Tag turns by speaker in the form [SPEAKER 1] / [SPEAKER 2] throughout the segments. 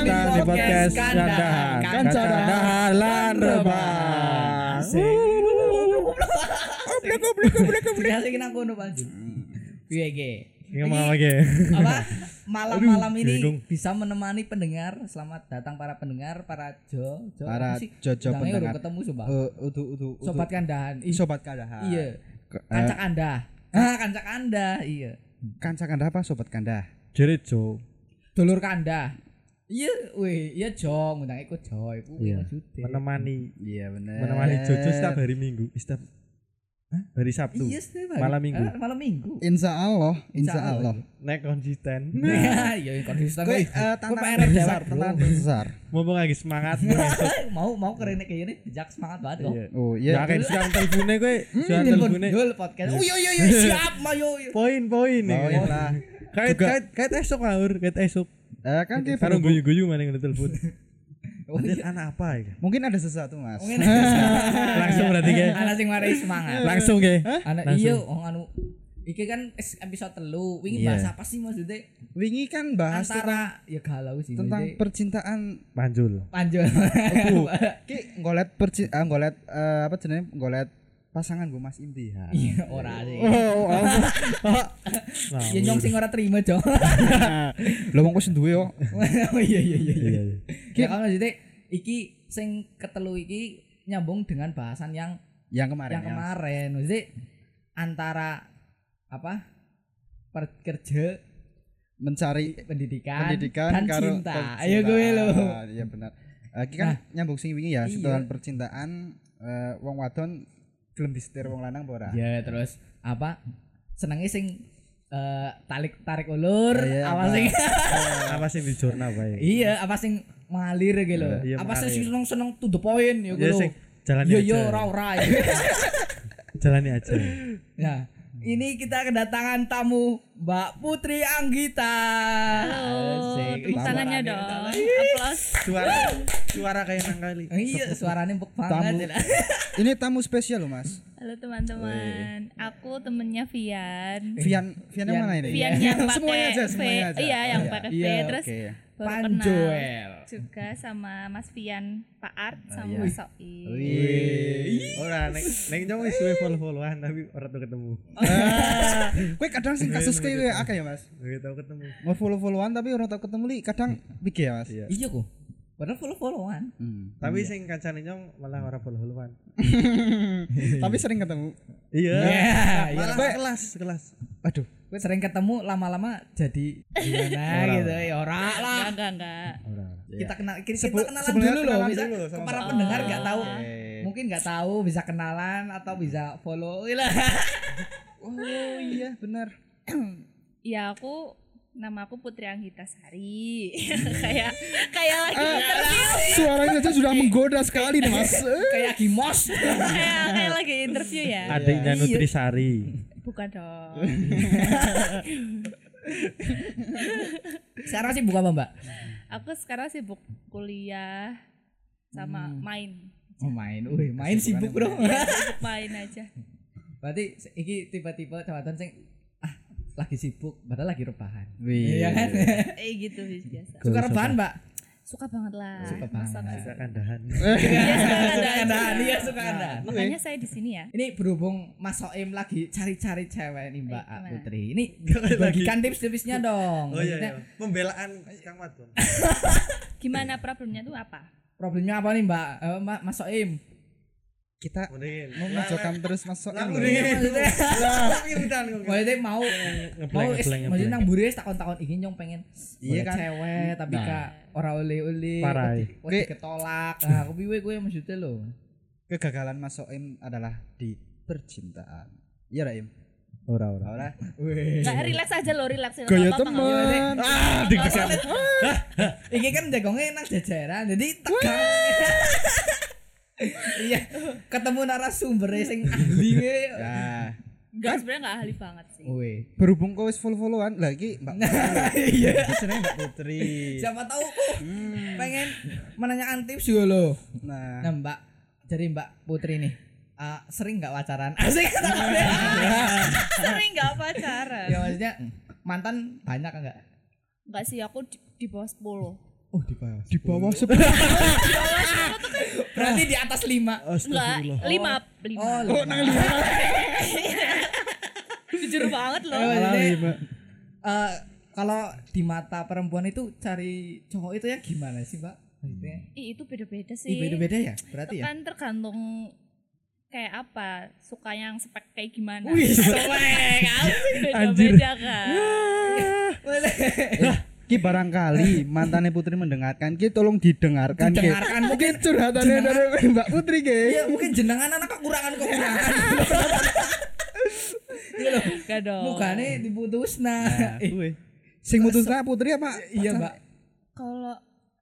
[SPEAKER 1] podcast kandahan kanca dahan lan rebang
[SPEAKER 2] Goblok goblok goblok goblok. Uhuh. Asik nang kono Bang. Piye ge?
[SPEAKER 1] Ini mau lagi
[SPEAKER 2] Apa malam-malam
[SPEAKER 1] Aduh,
[SPEAKER 2] ini
[SPEAKER 1] gedung.
[SPEAKER 2] bisa menemani pendengar. Selamat datang para pendengar, para Jo, Jo.
[SPEAKER 3] Para
[SPEAKER 2] apa sih?
[SPEAKER 3] Jo-Jo
[SPEAKER 2] Jangan
[SPEAKER 3] pendengar.
[SPEAKER 2] urung ketemu coba.
[SPEAKER 3] Eh, udu udu udu.
[SPEAKER 2] Sobat kandahan. Ih,
[SPEAKER 3] sobat kandahan.
[SPEAKER 2] Iya.
[SPEAKER 3] Ke- eh,
[SPEAKER 2] Kancak Anda. Ah, kancak Anda. Iya.
[SPEAKER 3] kancak kandah apa sobat kandah?
[SPEAKER 1] jerit jo
[SPEAKER 2] Dulur kanda. Iya, weh, iya Jo, ngundang ikut Jo, iku
[SPEAKER 3] Iya.
[SPEAKER 2] maksudnya.
[SPEAKER 1] menemani
[SPEAKER 3] Iya benar.
[SPEAKER 1] menemani Jojo setiap hari Minggu setiap Hah? hari Sabtu
[SPEAKER 2] Iya, setiap hari.
[SPEAKER 1] Malam Minggu.
[SPEAKER 2] Ah, malam Minggu.
[SPEAKER 3] Insya Allah,
[SPEAKER 2] Insya
[SPEAKER 3] Insya Allah.
[SPEAKER 1] nek konsisten
[SPEAKER 2] Iya, iya, konsisten.
[SPEAKER 3] Gue
[SPEAKER 2] weh.
[SPEAKER 3] eh,
[SPEAKER 2] Gue
[SPEAKER 3] tantangan
[SPEAKER 2] pengen
[SPEAKER 3] besar,
[SPEAKER 2] dewek, bro.
[SPEAKER 3] tantangan besar.
[SPEAKER 1] mumpung lagi semangat
[SPEAKER 2] Iya. mau mau keren kayak gini jak semangat banget kok.
[SPEAKER 1] Iya.
[SPEAKER 3] Oh
[SPEAKER 1] ya
[SPEAKER 3] iya.
[SPEAKER 1] kayak sekarang teleponnya gue sekarang
[SPEAKER 2] Telepon
[SPEAKER 1] teleponnya
[SPEAKER 2] dul podcast. Oh iya iya iya siap mayo.
[SPEAKER 1] poin-poin nih
[SPEAKER 3] Poin lah.
[SPEAKER 1] kait
[SPEAKER 3] Juga-
[SPEAKER 1] kait kait esok ngawur kait esok
[SPEAKER 3] Eh, kan dia
[SPEAKER 1] karo
[SPEAKER 3] berhubung-
[SPEAKER 1] guyu-guyu mana yang telepon
[SPEAKER 2] Oh,
[SPEAKER 1] Ini anak apa ya
[SPEAKER 3] Mungkin ada sesuatu mas.
[SPEAKER 2] Mungkin
[SPEAKER 1] langsung berarti kayak
[SPEAKER 2] anak sing mari semangat.
[SPEAKER 1] Eh, langsung kayak
[SPEAKER 2] Anak
[SPEAKER 1] Langsung.
[SPEAKER 2] iya wong anu iki kan es- episode telu. Wingi
[SPEAKER 3] Iya.
[SPEAKER 2] bahas apa sih maksudnya?
[SPEAKER 3] Wingi kan bahas
[SPEAKER 2] Antara ya galau sih
[SPEAKER 3] tentang
[SPEAKER 2] maksudnya.
[SPEAKER 3] percintaan
[SPEAKER 1] manjul
[SPEAKER 2] panjang.
[SPEAKER 3] ki ngolet perci ah, ngolet eh, apa jenenge ngolet pasangan gue mas Indrihan
[SPEAKER 2] Iya ora sih.
[SPEAKER 3] oh apa
[SPEAKER 1] Nah,
[SPEAKER 2] Ya nyong sing ora terima, Jong.
[SPEAKER 3] lo mau kusin duwe yo
[SPEAKER 2] Oh iya iya iya. iya.
[SPEAKER 1] iya, iya.
[SPEAKER 2] Ya kan maksudnya iki sing ketelu iki nyambung dengan bahasan yang
[SPEAKER 3] yang kemarin ya.
[SPEAKER 2] yang kemarin maksudnya antara apa pekerja
[SPEAKER 3] mencari
[SPEAKER 2] pendidikan,
[SPEAKER 3] pendidikan
[SPEAKER 2] dan
[SPEAKER 3] karo
[SPEAKER 2] cinta
[SPEAKER 3] percintaan.
[SPEAKER 2] ayo gue lo
[SPEAKER 3] iya benar Eh, ki kan nyambung sing wingi
[SPEAKER 2] iya.
[SPEAKER 3] ya setelan percintaan eh, wong wadon gelem disetir wong lanang apa ora
[SPEAKER 2] ya terus apa senengnya sing eh, tarik tarik ulur
[SPEAKER 3] Iya,
[SPEAKER 2] apa
[SPEAKER 3] Mbak.
[SPEAKER 2] sing
[SPEAKER 1] apa sih di jurnal apa ya
[SPEAKER 2] iya apa sing mengalir gitu loh
[SPEAKER 1] Iya,
[SPEAKER 2] apa sih
[SPEAKER 1] mengalir.
[SPEAKER 2] seneng seneng to the point ya gue
[SPEAKER 1] ya
[SPEAKER 2] lo
[SPEAKER 1] sing jalani
[SPEAKER 2] yo
[SPEAKER 1] aja
[SPEAKER 2] yo ora ora
[SPEAKER 1] jalani aja
[SPEAKER 2] nah ini kita kedatangan tamu Mbak Putri Anggita. Asik. Ih,
[SPEAKER 4] Tangannya
[SPEAKER 2] suaranya-
[SPEAKER 4] dong. Aplaus.
[SPEAKER 1] suara suara kayak nang kali
[SPEAKER 2] Iya, suaranya empuk
[SPEAKER 3] tamu
[SPEAKER 2] banget.
[SPEAKER 3] ini tamu spesial lo mas
[SPEAKER 4] Halo teman-teman. Aku temennya Vian.
[SPEAKER 3] Vian Vian yang
[SPEAKER 2] Vian-
[SPEAKER 3] mana ini
[SPEAKER 4] Eh, Vian yang
[SPEAKER 3] Iya.
[SPEAKER 4] pakai
[SPEAKER 3] semuanya aja
[SPEAKER 4] V.
[SPEAKER 3] semuanya aja
[SPEAKER 4] Iya, yang pakai V.
[SPEAKER 2] Iya,
[SPEAKER 4] Terus
[SPEAKER 3] oke.
[SPEAKER 4] baru kenal
[SPEAKER 2] Panjoel.
[SPEAKER 4] juga sama Mas Vian, Pak Art, sama
[SPEAKER 3] iya.
[SPEAKER 4] Mas Soim.
[SPEAKER 1] Wih, ora neng neng jong wis suwe follow-followan tapi ora tau ketemu.
[SPEAKER 3] Kue kadang sih kasus kayak gue akeh ya mas
[SPEAKER 1] Ora tau ketemu.
[SPEAKER 3] mau follow followan tapi orang tau ketemu li kadang pikir ya mas
[SPEAKER 1] Iya.
[SPEAKER 2] Iya kok. Padahal follow-followan.
[SPEAKER 3] Hmm.
[SPEAKER 1] Tapi sing kancane nyong malah ora follow-followan.
[SPEAKER 3] tapi sering ketemu
[SPEAKER 1] Iya.
[SPEAKER 2] Iya.
[SPEAKER 1] Malah kelas, kelas.
[SPEAKER 3] aduh
[SPEAKER 2] Gue sering ketemu lama-lama jadi gimana gitu ya ora lah.
[SPEAKER 3] iya.
[SPEAKER 4] Enggak, enggak, enggak.
[SPEAKER 1] Ora.
[SPEAKER 2] Kita kenal kita
[SPEAKER 3] Sebelum-
[SPEAKER 2] kenalan
[SPEAKER 3] sebelumnya
[SPEAKER 2] Iya. dulu Iya, loh,
[SPEAKER 3] kenalan
[SPEAKER 2] bisa
[SPEAKER 3] dulu sama-
[SPEAKER 2] ke para
[SPEAKER 3] Oh,
[SPEAKER 2] pendengar nggak tahu.
[SPEAKER 3] oke.
[SPEAKER 2] Mungkin nggak tahu bisa kenalan atau bisa follow. Wih lah.
[SPEAKER 3] oh iya benar
[SPEAKER 4] Ya aku nama aku Putri Anggita Sari. kayak kayak lagi
[SPEAKER 3] Eh.
[SPEAKER 4] interview.
[SPEAKER 3] suaranya saja sudah menggoda sekali nih mas
[SPEAKER 2] Kayak Gimos.
[SPEAKER 4] kayak kayak lagi interview ya.
[SPEAKER 1] Adiknya
[SPEAKER 2] Iya.
[SPEAKER 1] Nutrisari.
[SPEAKER 4] Bukan dong.
[SPEAKER 2] Sekarang sih buka apa, Mbak?
[SPEAKER 4] Aku sekarang sibuk kuliah sama
[SPEAKER 3] Hmm.
[SPEAKER 4] main.
[SPEAKER 2] Oh, main. Wih, main sibuk, Bro.
[SPEAKER 4] Sibuk main aja.
[SPEAKER 2] Berarti se- iki tiba-tiba jabatan sing ah lagi sibuk, padahal lagi rebahan.
[SPEAKER 3] Wih.
[SPEAKER 2] Iya kan?
[SPEAKER 4] Eh gitu biasa.
[SPEAKER 2] Suka rebahan, Mbak?
[SPEAKER 4] Suka banget lah.
[SPEAKER 2] Suka banget. Iya,
[SPEAKER 4] Masa nggak
[SPEAKER 1] Kita kandahan.
[SPEAKER 2] Suka kandaan, iya suka kandaan.
[SPEAKER 4] Makanya saya di sini ya.
[SPEAKER 2] Ini berhubung Mas Soim lagi cari-cari cewek nih Mbak
[SPEAKER 4] Baik, gimana?
[SPEAKER 2] Putri. Ini
[SPEAKER 1] Lagi.
[SPEAKER 2] bagikan tips-tipsnya dong.
[SPEAKER 1] Oh iya,
[SPEAKER 2] Maksudnya,
[SPEAKER 1] iya. Pembelaan Kang Mat. Bang.
[SPEAKER 4] Gimana problemnya tuh apa?
[SPEAKER 2] Problemnya apa nih Mbak? Eh, Ma- Mas Soim.
[SPEAKER 3] kita
[SPEAKER 1] Mendingin.
[SPEAKER 3] memojokkan terus masuk kan,
[SPEAKER 1] Lah
[SPEAKER 3] ini
[SPEAKER 1] mendingin.
[SPEAKER 2] Maksudnya-
[SPEAKER 1] Lah, udah
[SPEAKER 2] Maksudnya mau
[SPEAKER 1] ngeblank
[SPEAKER 2] mau is-
[SPEAKER 1] ngeblank
[SPEAKER 2] maksudnya nang
[SPEAKER 1] ngeblank.
[SPEAKER 2] buri is takon-takon iki nyong pengen
[SPEAKER 3] Iya
[SPEAKER 2] iya
[SPEAKER 3] kan?
[SPEAKER 2] cewek tapi
[SPEAKER 3] Nah.
[SPEAKER 2] kak ora oleh-oleh.
[SPEAKER 1] Parah,
[SPEAKER 2] wedi- wedi ketolak. Nah, aku piwe kowe maksudnya lho.
[SPEAKER 3] kegagalan Mas Soim adalah di percintaan iya Raim
[SPEAKER 1] Ora ora.
[SPEAKER 3] Ora
[SPEAKER 2] Iya.
[SPEAKER 4] Nggak, relax aja lo, relax. relax.
[SPEAKER 3] gaya
[SPEAKER 4] Apa-apa nggak apa-apa.
[SPEAKER 3] teman
[SPEAKER 1] Ah, deg-degan.
[SPEAKER 2] Iki kan jagongnya nang jajaran, jadi tegang. Iya, ketemu narasumber sing ahli. we.
[SPEAKER 3] nah
[SPEAKER 4] Nggak, sebenarnya nggak ahli banget sih.
[SPEAKER 2] Weh.
[SPEAKER 3] berhubung kau wis follow followan lagi Mbak
[SPEAKER 2] Iya.
[SPEAKER 3] Putri seneng Mbak Putri
[SPEAKER 2] Siapa tahu kok pengen menanyakan tips juga lo.
[SPEAKER 3] nah
[SPEAKER 2] Nah Mbak, jadi Mbak Putri nih eh, sering nggak pacaran? Asik kata gue.
[SPEAKER 4] Sering nggak pacaran.
[SPEAKER 2] Iya. Ya maksudnya mantan banyak enggak?
[SPEAKER 4] Nggak sih, aku di, di bawah 10.
[SPEAKER 2] Oh di bawah.
[SPEAKER 3] di bawah sepuluh
[SPEAKER 2] Berarti di atas lima.
[SPEAKER 4] Enggak, lima, lima.
[SPEAKER 2] Oh,
[SPEAKER 3] oh nang lima
[SPEAKER 4] Jujur banget loh.
[SPEAKER 2] Eh, maksudnya,
[SPEAKER 3] lima.
[SPEAKER 2] eh, kalau di mata perempuan itu cari cowok itu ya gimana sih mbak? Maksudnya,
[SPEAKER 4] Ih, itu beda-beda
[SPEAKER 2] ih,
[SPEAKER 4] sih.
[SPEAKER 2] beda-beda ya berarti ya.
[SPEAKER 4] Kan tergantung kayak apa, suka yang spek kayak gimana.
[SPEAKER 2] Wih,
[SPEAKER 4] spek. Beda-beda kan.
[SPEAKER 3] Eh, Ki barangkali mantannya Putri mendengarkan, Ki tolong didengarkan, Ki.
[SPEAKER 2] Didengarkan,
[SPEAKER 3] mungkin curhatannya dari Mbak Putri, Ki.
[SPEAKER 2] Iya mungkin jenengan anak kekurangan kekurangan.
[SPEAKER 4] Enggak dong.
[SPEAKER 2] Mukanya diputus nah. Eh,
[SPEAKER 3] Kuwi. Sing kan? mutusna Putri apa?
[SPEAKER 2] Iya mbak.
[SPEAKER 4] Kalau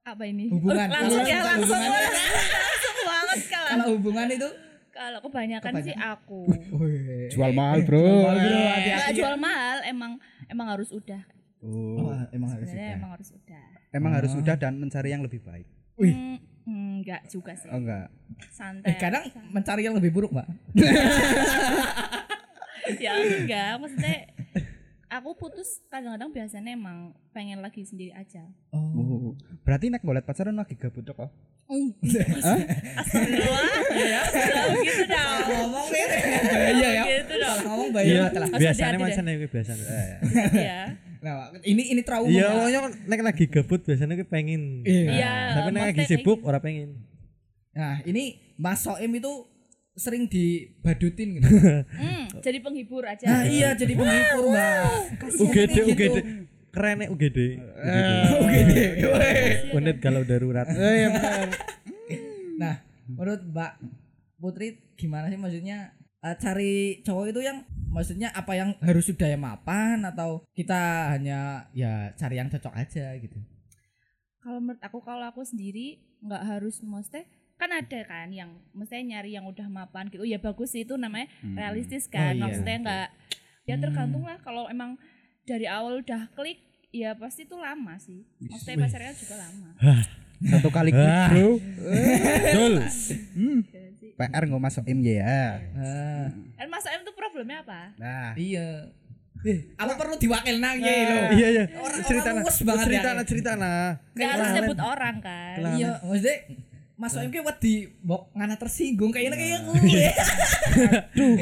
[SPEAKER 4] apa ini?
[SPEAKER 2] Hubungan.
[SPEAKER 4] Langsung ya,
[SPEAKER 2] Kalau
[SPEAKER 4] langsung.
[SPEAKER 2] hubungan-
[SPEAKER 4] Langsung banget kalau
[SPEAKER 2] Kalau hubungan itu.
[SPEAKER 4] kalau kebanyakan sih aku.
[SPEAKER 2] Wih.
[SPEAKER 3] Eh, Jual mahal, Bro.
[SPEAKER 2] mahal, bro. Oh, Hati-hati. ya.
[SPEAKER 4] Enggak jual mahal, emang emang harus udah.
[SPEAKER 2] Oh, emang harus
[SPEAKER 4] Sebenarnya
[SPEAKER 2] ya.
[SPEAKER 4] emang harus udah.
[SPEAKER 3] Emang harus udah dan mencari yang lebih baik.
[SPEAKER 2] Wih.
[SPEAKER 4] Hmm, enggak juga sih.
[SPEAKER 3] Oh enggak.
[SPEAKER 4] Santai.
[SPEAKER 2] Eh, kadang mencari yang lebih buruk mbak.
[SPEAKER 4] ya enggak maksudnya aku putus kadang-kadang biasanya emang pengen lagi sendiri aja
[SPEAKER 2] Oh.
[SPEAKER 3] Oh, berarti nek golek pacaran lagi gabut kok. oh.
[SPEAKER 4] astagfirullah Astagfirullah, gitu dong
[SPEAKER 2] Ngomong ya. Iya ya.
[SPEAKER 4] gitu dong
[SPEAKER 2] Ngomong
[SPEAKER 1] Iya,
[SPEAKER 2] bayar lah.
[SPEAKER 1] biasanya
[SPEAKER 4] hati-hati deh.
[SPEAKER 1] macam ya biasanya.
[SPEAKER 3] Eh.
[SPEAKER 4] iya
[SPEAKER 2] Nah, Mbak, ini ini trauma.
[SPEAKER 1] Iya,
[SPEAKER 2] Mbak.
[SPEAKER 1] pokoknya nek lagi gabut biasanya ki pengen.
[SPEAKER 2] Iya.
[SPEAKER 4] Iya,
[SPEAKER 1] Tapi nek lagi
[SPEAKER 4] maksudnya
[SPEAKER 1] sibuk
[SPEAKER 4] kayak gitu.
[SPEAKER 1] ora pengen.
[SPEAKER 2] Nah, ini Mas Soim itu sering dibadutin gitu.
[SPEAKER 4] hmm, jadi penghibur aja
[SPEAKER 2] Nah, iya jadi penghibur, Mbak.
[SPEAKER 1] UGD
[SPEAKER 2] gitu.
[SPEAKER 1] UGD keren nih UGD.
[SPEAKER 3] Iya,
[SPEAKER 2] Oke.
[SPEAKER 4] Iya,
[SPEAKER 1] Unit kalau darurat.
[SPEAKER 3] Eh,
[SPEAKER 2] Nah, menurut Mbak Putri gimana sih maksudnya eh, cari cowok itu yang maksudnya apa yang harus sudah yang mapan atau kita hanya ya cari yang cocok aja gitu.
[SPEAKER 4] kalau menurut aku kalau aku sendiri nggak harus maksudnya kan ada kan yang maksudnya nyari yang udah mapan gitu ya bagus sih itu namanya realistis
[SPEAKER 2] Oh, iya.
[SPEAKER 4] kan
[SPEAKER 2] Hmm.
[SPEAKER 4] maksudnya nggak ya tergantung lah kalau emang dari awal udah klik ya pasti itu lama sih maksudnya pacarnya juga lama
[SPEAKER 3] Satu kali klik,
[SPEAKER 1] Ah.
[SPEAKER 3] Bro.
[SPEAKER 1] Dul.
[SPEAKER 4] Gitu sih.
[SPEAKER 3] PR nggak masuk M ya.
[SPEAKER 2] Nah,
[SPEAKER 1] Hmm.
[SPEAKER 4] Dan Eh, Mas Em tuh problemnya apa?
[SPEAKER 3] Nah,
[SPEAKER 2] iya. Eh, apa perlu diwakil nangge lo?
[SPEAKER 1] Iya iya.
[SPEAKER 2] Orang-
[SPEAKER 1] Cerita
[SPEAKER 2] orang
[SPEAKER 1] lah.
[SPEAKER 2] luwes banget
[SPEAKER 1] Cerita
[SPEAKER 2] ya.
[SPEAKER 1] lah cerita lah.
[SPEAKER 4] Gak harus nyebut orang kan.
[SPEAKER 2] Iya,
[SPEAKER 1] nah.
[SPEAKER 2] maksudnya Mas Soim ki wedi mbok ngana tersinggung kayaknya
[SPEAKER 1] Nah.
[SPEAKER 2] kayak aku.
[SPEAKER 3] aduh.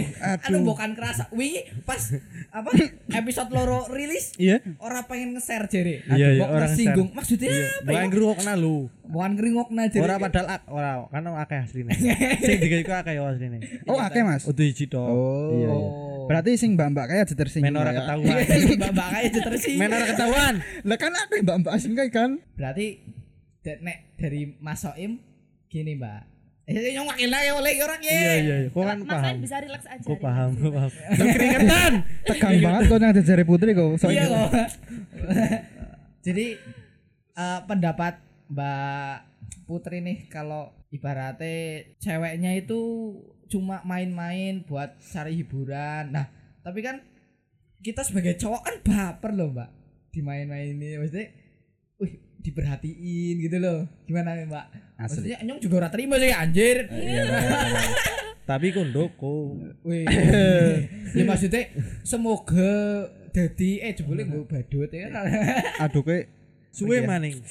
[SPEAKER 2] Aduh, bukan kerasa. Wingi pas apa episode loro rilis
[SPEAKER 1] Iya.
[SPEAKER 2] orang pengen nge-share jere.
[SPEAKER 1] Iya, iya,
[SPEAKER 2] mbok
[SPEAKER 1] orang
[SPEAKER 2] tersinggung. Maksudnya apa? ya?
[SPEAKER 1] Bukan ngeruok nah lu.
[SPEAKER 2] Bukan ngeringokna jere.
[SPEAKER 1] Ora padahal ak ora kan akeh asline. Sing digawe ku akeh asline.
[SPEAKER 3] Oh, akeh, Mas.
[SPEAKER 1] Udah hiji tok.
[SPEAKER 3] Oh.
[SPEAKER 1] Iya iya.
[SPEAKER 3] Berarti sing mbak-mbak kayak aja tersinggung.
[SPEAKER 1] Men ora
[SPEAKER 3] ya.
[SPEAKER 1] ketahuan.
[SPEAKER 2] Mbak-mbak aja
[SPEAKER 1] Men
[SPEAKER 2] tersinggung.
[SPEAKER 1] ora ketahuan.
[SPEAKER 3] Lah kan aku yang mbak-mbak asing kayak kan.
[SPEAKER 2] Berarti da- nek dari Mas Soim gini, Mbak. Eh, nyong wakil ya oleh orang ya.
[SPEAKER 1] Iya iya iya. Kok kan
[SPEAKER 4] Mas
[SPEAKER 1] paham.
[SPEAKER 4] Em bisa relax aja.
[SPEAKER 1] Kok
[SPEAKER 4] relax.
[SPEAKER 1] paham, kok paham. Lu keringetan.
[SPEAKER 3] Tegang banget kok nang jari Putri kok. Soim.
[SPEAKER 2] Iya kok. Jadi eh, pendapat Mbak Putri nih kalau ibaratnya ceweknya itu cuma main-main buat cari hiburan. Nah, tapi kan kita sebagai cowok kan baper loh, Mbak. Dimain-mainin maksudnya wih, diperhatiin gitu loh. Gimana nih, Mbak?
[SPEAKER 3] Asli.
[SPEAKER 2] Maksudnya nyong juga ora terima sih anjir.
[SPEAKER 3] Iya,
[SPEAKER 1] Tapi kondoko.
[SPEAKER 2] Wih. ya maksudnya semoga jadi eh jebule gue badut ya.
[SPEAKER 3] iya. Aduh kayak
[SPEAKER 1] Suwe maning.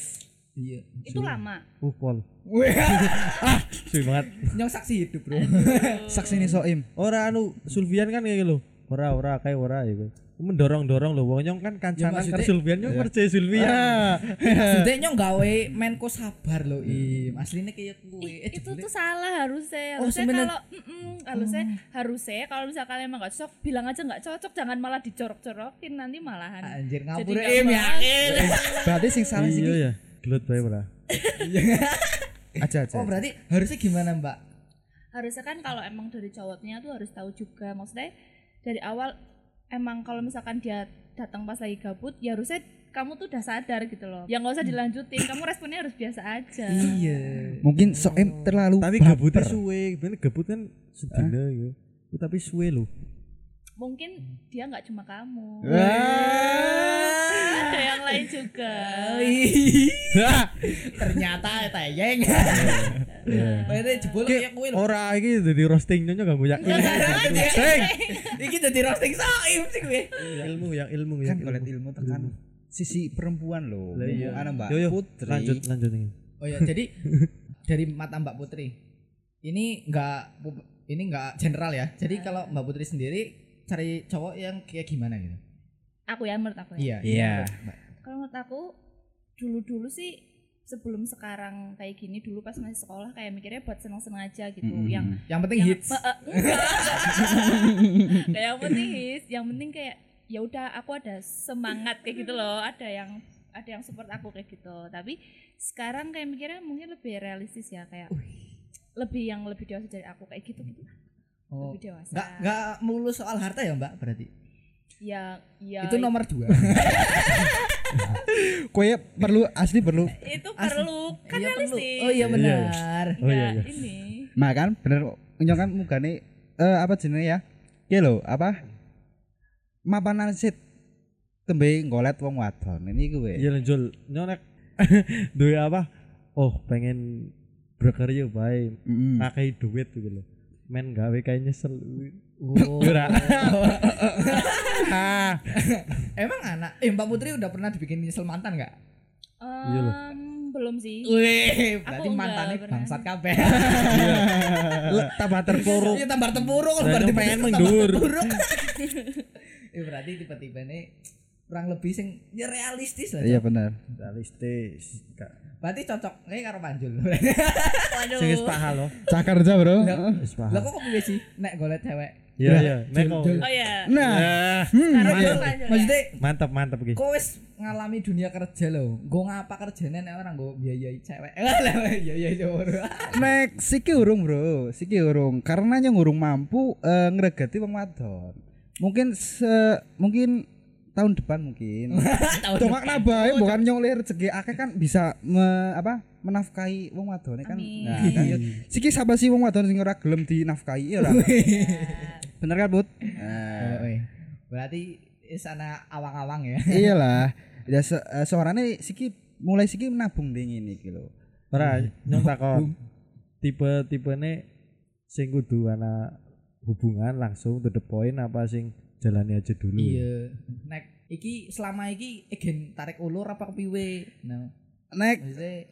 [SPEAKER 2] Iya.
[SPEAKER 4] Itu lama.
[SPEAKER 1] Uh pol.
[SPEAKER 2] Wih,
[SPEAKER 1] Suwe banget.
[SPEAKER 2] nyong saksi hidup bro.
[SPEAKER 3] saksi nih Soim.
[SPEAKER 1] Ora anu Sulfian kan kayak lho. Ora ora kayak ora iku. Mendorong-dorong lho wong nyong kan kancanan
[SPEAKER 2] maksudnya-
[SPEAKER 1] karo Sulfian nyong percaya Sulfian.
[SPEAKER 2] Maksudnya nyong gawe menko sabar loh im. Aslinya kayak eh, kue.
[SPEAKER 4] Ih, itu tuh salah harusnya.
[SPEAKER 2] Iya, Oh,
[SPEAKER 4] Harusnya
[SPEAKER 2] sebenar-
[SPEAKER 4] kalau mm-mm, harusnya harusnya kalau misalnya kalian emang gak cocok, bilang aja gak cocok, jangan malah dicorok-corokin nanti malahan.
[SPEAKER 2] Ah, anjir
[SPEAKER 4] Jadi
[SPEAKER 2] ngapura
[SPEAKER 4] gak
[SPEAKER 2] im ya.
[SPEAKER 4] banget.
[SPEAKER 3] Berarti sing salah sih.
[SPEAKER 1] Iya ya. Gelut bae ora.
[SPEAKER 3] Aja aja.
[SPEAKER 2] Oh berarti harusnya gimana mbak?
[SPEAKER 4] Harusnya kan kalau emang dari cowoknya tuh harus tahu juga maksudnya dari awal emang kalau misalkan dia datang pas lagi gabut, ya harusnya kamu tuh udah sadar gitu loh. Ya nggak usah
[SPEAKER 2] Hmm.
[SPEAKER 4] dilanjutin, kamu responnya harus biasa aja.
[SPEAKER 2] Iya.
[SPEAKER 3] Mungkin Soim terlalu
[SPEAKER 1] Tapi gabutnya suwe. Ben gabut kan sedina iku. Iku Tapi suwe lho.
[SPEAKER 4] mungkin dia nggak cuma kamu
[SPEAKER 3] Wah.
[SPEAKER 4] ada yang lain juga
[SPEAKER 2] Ternyata tayeng. Iya. Berarti jebul kayak kue loh.
[SPEAKER 1] Ora iki dadi roasting nyong ganggu ya.
[SPEAKER 4] Enggak, enggak, enggak, enggak.
[SPEAKER 1] Roasting.
[SPEAKER 2] Iki jadi roasting soim sih kue.
[SPEAKER 1] ilmu yang ilmu ya
[SPEAKER 3] kan golek ilmu tekan sisi perempuan loh.
[SPEAKER 1] Lah iya.
[SPEAKER 3] Anak Mbak
[SPEAKER 1] Yo, yo,
[SPEAKER 3] Putri.
[SPEAKER 1] lanjut lanjut ini
[SPEAKER 2] Oh ya, jadi dari mata Mbak Putri. Ini enggak ini enggak general ya. Jadi kalau Mbak Putri sendiri cari cowok yang kayak gimana gitu.
[SPEAKER 4] aku ya menurut aku ya.
[SPEAKER 2] Iya.
[SPEAKER 3] Iya.
[SPEAKER 2] Mbak.
[SPEAKER 4] Kalau menurut aku dulu-dulu sih sebelum sekarang kayak gini dulu pas masih sekolah kayak mikirnya buat seneng-seneng aja gitu
[SPEAKER 3] Mm-mm.
[SPEAKER 4] yang
[SPEAKER 2] Yang penting
[SPEAKER 4] yang
[SPEAKER 2] hits.
[SPEAKER 4] apa- eh, enggak. Kayak yang penting hits yang penting kayak ya udah aku ada semangat kayak gitu loh ada yang ada yang support aku kayak gitu tapi sekarang kayak mikirnya mungkin lebih realistis ya kayak lebih yang lebih dewasa dari aku kayak gitu gitu
[SPEAKER 2] Oh.
[SPEAKER 4] lebih dewasa
[SPEAKER 2] Enggak enggak mulu soal harta ya, Mbak, berarti.
[SPEAKER 4] ya ya
[SPEAKER 2] Itu nomor dua
[SPEAKER 3] Kue perlu asli perlu.
[SPEAKER 4] itu
[SPEAKER 2] Asli.
[SPEAKER 4] perlu kan
[SPEAKER 2] Iya, perlu.
[SPEAKER 4] realistis
[SPEAKER 2] Oh iya
[SPEAKER 1] Iya.
[SPEAKER 2] benar.
[SPEAKER 1] Oh, iya,
[SPEAKER 4] Enggak, ini
[SPEAKER 3] Nah kan bener nyong kan mugane eh apa jenenge ya? Ki lho, apa? Mapanan sit tembe ngolet wong wadon. Ini gue.
[SPEAKER 1] iya lanjut nyonek duwe apa oh pengen berkarya baik
[SPEAKER 3] Mm-mm.
[SPEAKER 1] pakai duit gitu loh men gawe kayak nyesel
[SPEAKER 2] Oh.
[SPEAKER 1] Ora.
[SPEAKER 3] Ah.
[SPEAKER 2] Emang anak eh Mbak Putri udah pernah dibikin nyesel mantan enggak?
[SPEAKER 1] Iya loh.
[SPEAKER 4] Em, belum
[SPEAKER 2] Oh, iya,
[SPEAKER 4] sih
[SPEAKER 2] Wih, berarti
[SPEAKER 4] enggak
[SPEAKER 2] mantannya
[SPEAKER 4] pernah.
[SPEAKER 2] bangsat kabeh.
[SPEAKER 1] Le, tambah terpuruk
[SPEAKER 2] Iya tambah tempuruk kalau
[SPEAKER 1] Dan
[SPEAKER 2] berarti
[SPEAKER 1] yang pengen
[SPEAKER 2] tambah
[SPEAKER 1] mengdur.
[SPEAKER 2] tempuruk. Ya berarti tiba-tiba nih kurang lebih sing ya realistis lah.
[SPEAKER 3] Iya
[SPEAKER 2] Cok.
[SPEAKER 3] bener.
[SPEAKER 1] realistis
[SPEAKER 2] Berarti cocok nih karo Panjul.
[SPEAKER 4] waduh
[SPEAKER 1] sing wis pahal loh
[SPEAKER 3] Cakar aja, Bro.
[SPEAKER 1] wis
[SPEAKER 2] Lah
[SPEAKER 1] pahal
[SPEAKER 2] kok kok sih nek golek cewek.
[SPEAKER 1] iya iya nek kok
[SPEAKER 4] oh ya
[SPEAKER 3] Nah,
[SPEAKER 1] Nah,
[SPEAKER 4] sekarang
[SPEAKER 1] iya.
[SPEAKER 4] belum lanjut ya.
[SPEAKER 2] Maksudnya
[SPEAKER 1] mantap mantap iki
[SPEAKER 2] kok wis ngalami dunia kerja loh. Gue ngapa kerjanya nek orang gue biayai cewek. Lah biayai cowok.
[SPEAKER 3] next siki urung, Bro. Siki urung karena nyong urung mampu eh, ngregeti wong wadon. Mungkin se mungkin tahun depan mungkin.
[SPEAKER 4] Iya. Oh,
[SPEAKER 2] Tahu
[SPEAKER 3] Dongak nabai bukan nyong le rezeki akeh kan bisa me, apa menafkahi wong wadone kan.
[SPEAKER 4] Amin.
[SPEAKER 3] Nah, kan yo. Siki sapa sih wong wadon sing ora gelem dinafkahi ya ora. Bener kan, Bud?
[SPEAKER 2] Oh,
[SPEAKER 3] Nah,
[SPEAKER 2] weh. Berarti sana awang-awang ya.
[SPEAKER 3] iyalah. Ya se eh, suarane siki mulai siki menabung dingin iki lho.
[SPEAKER 1] ora nyong takon tipe-tipene sing kudu ana hubungan langsung to the point apa sing jalani aja dulu
[SPEAKER 2] Iya. Nek iki selama iki egen tarik ulur apa kepiwe? No.
[SPEAKER 3] Nek
[SPEAKER 2] Maksudnya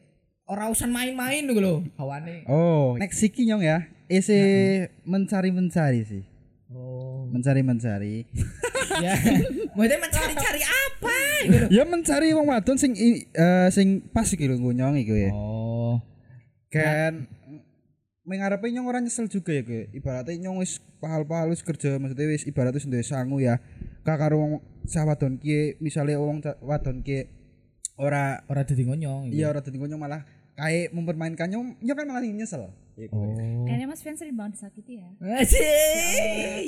[SPEAKER 2] ora usah main-main lho lho hawane.
[SPEAKER 3] oh, nek siki nyong ya isi mencari-mencari sih.
[SPEAKER 2] Oh.
[SPEAKER 3] Mencari-mencari.
[SPEAKER 2] ya. Maksudnya mencari-cari apa?
[SPEAKER 3] ya mencari wong wadon sing i- eh, sing pas iki lho nggo nyong iki ya.
[SPEAKER 2] Oh.
[SPEAKER 1] Nah.
[SPEAKER 3] kan mengharapnya nyong orang nyesel juga ya gue ibaratnya nyong wis pahal-pahal wis kerja maksudnya wis ibaratnya wis duwe sangu ya kakak wong sah wadon kie misalnya wong ca- wadon kie ora
[SPEAKER 2] Ora dadi ngonyong.
[SPEAKER 3] iya ora dadi nyong malah kayak mempermainkan nyong nyong kan malah nyesel
[SPEAKER 1] Iya.
[SPEAKER 3] ya gue.
[SPEAKER 2] Oh.
[SPEAKER 4] kayaknya mas Fian sering banget disakiti ya
[SPEAKER 2] Asik.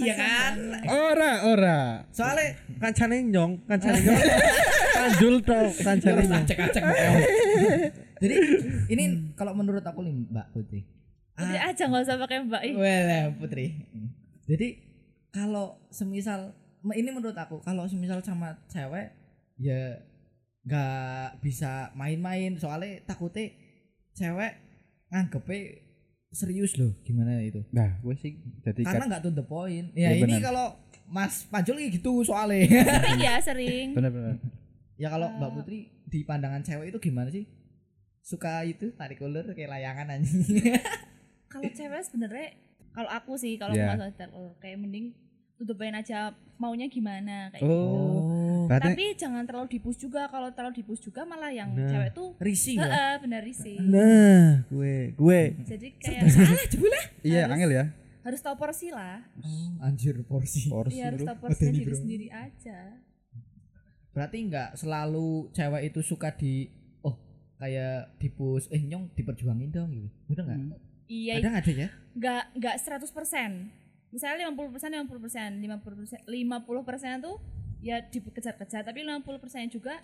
[SPEAKER 2] Ya Eh, kan.
[SPEAKER 3] ora ora
[SPEAKER 2] Soalnya
[SPEAKER 1] kancane nyong kancane nyong tanjul to kancane nyong
[SPEAKER 2] cek-cek. Iya. Jadi ini kalau menurut aku nih Mbak Putri.
[SPEAKER 4] Udah aja nggak usah pakai mbak ih.
[SPEAKER 2] Wah, Putri. Jadi kalau semisal me- ini menurut aku kalau semisal sama cewek ya nggak bisa main-main soalnya takutnya cewek nganggepe serius loh gimana itu
[SPEAKER 3] nah gue sih jadi
[SPEAKER 2] karena
[SPEAKER 3] kan
[SPEAKER 2] nggak to the point ya,
[SPEAKER 3] Iya,
[SPEAKER 2] ini
[SPEAKER 3] benar.
[SPEAKER 2] kalau Mas Panjul kayak gitu soalnya
[SPEAKER 4] sering ya sering
[SPEAKER 3] bener-bener
[SPEAKER 2] ya kalau Mbak
[SPEAKER 4] Ah.
[SPEAKER 2] Putri di pandangan cewek itu gimana sih suka itu tarik ulur kayak layangan anjing
[SPEAKER 4] kalau cewek sebenarnya kalau aku sih kalau
[SPEAKER 3] Iya.
[SPEAKER 4] yeah. nggak sadar oh, kayak mending tutupin aja maunya gimana kayak gitu.
[SPEAKER 3] oh berarti
[SPEAKER 4] tapi jangan terlalu dipus juga kalau terlalu dipus juga malah yang
[SPEAKER 1] Nah.
[SPEAKER 4] cewek tuh
[SPEAKER 2] risih ya
[SPEAKER 4] heeh benar sih
[SPEAKER 1] nah gue gue
[SPEAKER 4] jadi kayak
[SPEAKER 2] salah jebule
[SPEAKER 3] iya
[SPEAKER 4] harus-
[SPEAKER 3] angel ya
[SPEAKER 4] harus tahu porsi lah
[SPEAKER 2] anjir porsi
[SPEAKER 3] porsi
[SPEAKER 4] Iya harus
[SPEAKER 3] bro
[SPEAKER 4] tahu porsinya
[SPEAKER 2] Ada ini,
[SPEAKER 4] diri
[SPEAKER 2] bro.
[SPEAKER 4] sendiri aja
[SPEAKER 2] berarti nggak selalu cewek itu suka di oh kayak dipus eh nyong diperjuangin dong gitu udah
[SPEAKER 1] Nah,
[SPEAKER 2] nggak
[SPEAKER 3] Hmm.
[SPEAKER 4] iya
[SPEAKER 2] ada nggak ada ya
[SPEAKER 4] nggak nggak 100% misalnya 50 persen 50 persen 50 persen 50 persen tuh ya dikejar-kejar tapi 50 persen juga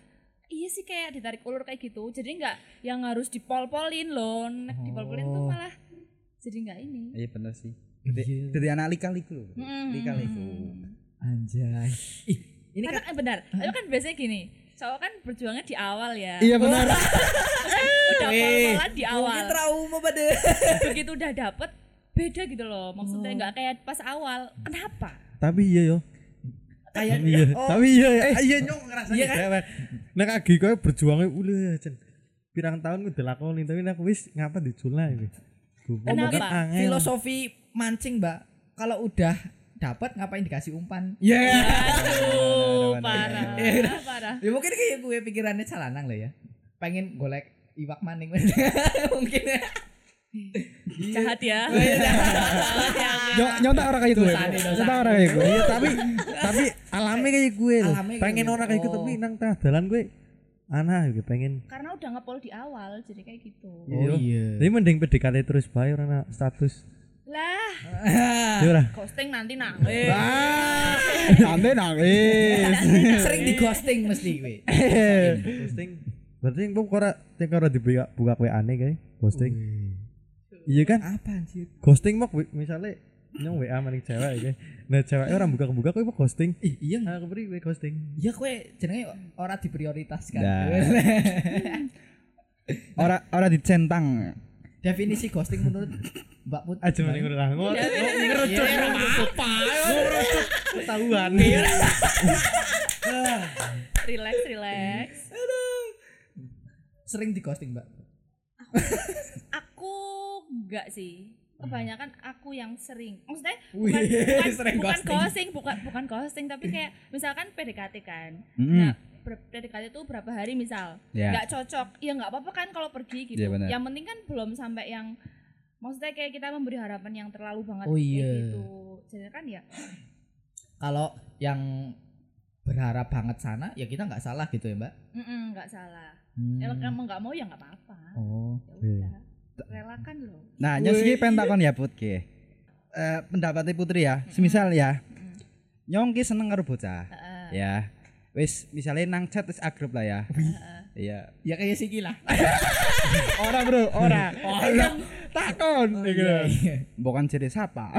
[SPEAKER 4] iya sih kayak ditarik ulur kayak gitu jadi nggak yang harus dipol-polin loh Nek dipol-polin
[SPEAKER 2] Oh.
[SPEAKER 4] tuh malah jadi nggak ini
[SPEAKER 3] iya bener sih
[SPEAKER 2] Iya.
[SPEAKER 3] dari anak lika-liku lho
[SPEAKER 4] Mm-mm.
[SPEAKER 3] lika-liku
[SPEAKER 2] anjay ih ini
[SPEAKER 4] karena
[SPEAKER 2] kan
[SPEAKER 4] eh, benar itu kan biasanya gini cowok kan berjuangnya di awal ya
[SPEAKER 3] iya bener
[SPEAKER 4] udah pol-polan di
[SPEAKER 2] mungkin
[SPEAKER 4] awal
[SPEAKER 2] trauma pada
[SPEAKER 4] begitu udah dapet beda gitu loh maksudnya nggak kayak pas awal kenapa
[SPEAKER 1] tapi iya yo
[SPEAKER 2] kayak
[SPEAKER 1] Iya,
[SPEAKER 2] oh,
[SPEAKER 1] tapi iya iya, iya nyong ngrasani
[SPEAKER 2] iya kan?
[SPEAKER 1] dhewe. Nek agi kowe berjuangnya uleh cen. Pirang tahun kudu lakoni tapi nek wis ngapa diculna iki. Goblok,
[SPEAKER 4] Kenapa?
[SPEAKER 1] mungkin angel.
[SPEAKER 2] filosofi mancing mbak kalau udah dapat ngapain dikasih umpan
[SPEAKER 3] Ya.
[SPEAKER 4] Aduh, parah. Parah.
[SPEAKER 2] ya mungkin kayak gue pikirannya calanang lah ya pengen golek iwak maning mungkin ya
[SPEAKER 4] Jahat ya.
[SPEAKER 3] Nyontak orang kayak gue.
[SPEAKER 2] Dosane, dosane.
[SPEAKER 3] Nyontak orang kayak gue.
[SPEAKER 1] Iya tapi tapi alami kayak gue loh.
[SPEAKER 2] Alami kayak
[SPEAKER 1] Pengen
[SPEAKER 2] gue.
[SPEAKER 1] orang kayak gue tapi
[SPEAKER 2] Oh.
[SPEAKER 1] nang tengah dalan gue ana gue pengen.
[SPEAKER 4] Karena udah ngepol di awal jadi kayak gitu.
[SPEAKER 1] Oh
[SPEAKER 2] iya
[SPEAKER 1] Tapi mending PDKT terus bae ora ana status.
[SPEAKER 4] Lah,
[SPEAKER 2] Ah.
[SPEAKER 1] Ya ora.
[SPEAKER 4] ghosting nanti nah. nangis.
[SPEAKER 3] Nanti nangis.
[SPEAKER 2] sering di ghosting mesti gue
[SPEAKER 1] Posting. Berarti yang kok ora sing ora dibuka buka kue aneh kae. Posting. Iya kan?
[SPEAKER 2] apa anjir
[SPEAKER 1] Ghosting mok wi- misalnya nyong WA maning cewek iki. Nah, ceweknya orang buka-buka kowe mok ghosting.
[SPEAKER 2] Ih, iya
[SPEAKER 1] Nah,
[SPEAKER 2] nggak?
[SPEAKER 1] kepri kowe ghosting.
[SPEAKER 2] iya kue jenenge ora diprioritaskan
[SPEAKER 3] Nah. Orang orang dicentang.
[SPEAKER 2] definisi ghosting menurut Mbak Put
[SPEAKER 1] Aja maning ngono lah. Ngono
[SPEAKER 2] ngerucut apa
[SPEAKER 1] Iya. ketahuan.
[SPEAKER 4] Relax, relax.
[SPEAKER 2] sering di ghosting Mbak
[SPEAKER 4] Aku enggak sih. Kebanyakan aku yang sering. Maksudnya
[SPEAKER 2] Hmm. Wih,
[SPEAKER 4] bukan bukan,
[SPEAKER 2] sering
[SPEAKER 4] bukan
[SPEAKER 2] ghosting.
[SPEAKER 4] ghosting, bukan bukan ghosting tapi kayak misalkan PDKT kan.
[SPEAKER 3] Mm.
[SPEAKER 2] Hmm.
[SPEAKER 4] Nah, ber- PDKT itu berapa hari misal?
[SPEAKER 3] Ya.
[SPEAKER 4] nggak cocok ya nggak apa-apa kan kalau pergi gitu
[SPEAKER 2] Ya,
[SPEAKER 3] Iya, benar.
[SPEAKER 4] yang penting kan belum sampai yang maksudnya kayak kita memberi harapan yang terlalu banget
[SPEAKER 2] Oh,
[SPEAKER 4] kayak
[SPEAKER 2] iya.
[SPEAKER 4] gitu jadi kan ya
[SPEAKER 2] kalau yang berharap banget sana ya kita nggak salah gitu ya Mbak
[SPEAKER 4] mm-mm, nggak salah
[SPEAKER 2] Hmm.
[SPEAKER 4] Kalau emang nggak mau ya nggak apa-apa
[SPEAKER 2] oh
[SPEAKER 4] ya
[SPEAKER 1] Iya.
[SPEAKER 4] udah relakan loh
[SPEAKER 3] Nah, nyos iki pentakon ya Put ki. Eh pendapatnya Putri ya. Semisal ya. Nyong ki seneng karo bocah.
[SPEAKER 4] Heeh.
[SPEAKER 3] Ya. Wis misalnya nang chat wis agrep lah ya. Iya.
[SPEAKER 2] ya kayak si gila
[SPEAKER 3] Ora bro, ora. Ora takon
[SPEAKER 1] Oh,
[SPEAKER 3] gitu.
[SPEAKER 1] iya,
[SPEAKER 2] Iya,
[SPEAKER 3] Bukan ciri sapa.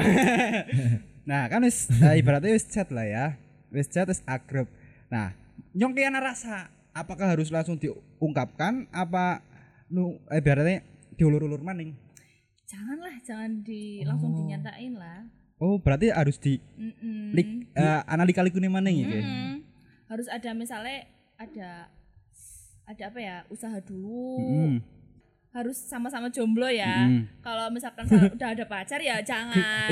[SPEAKER 3] nah, kan wis eh, ibaratnya wis chat lah ya. Wis chat wis agrep. Nah, nyong ki ana rasa apakah harus langsung diungkapkan apa nu eh, ibaratnya diulur-ulur maning.
[SPEAKER 4] janganlah jangan di langsung dinyatain lah
[SPEAKER 3] Oh, berarti harus di
[SPEAKER 4] Mm-mm.
[SPEAKER 3] lik eh, analika likune maning gitu.
[SPEAKER 4] Mm-mm. harus ada misalnya ada ada apa ya usaha dulu
[SPEAKER 3] Mm.
[SPEAKER 4] harus sama-sama jomblo ya
[SPEAKER 3] Mm.
[SPEAKER 4] kalau misalkan sa- udah ada pacar ya jangan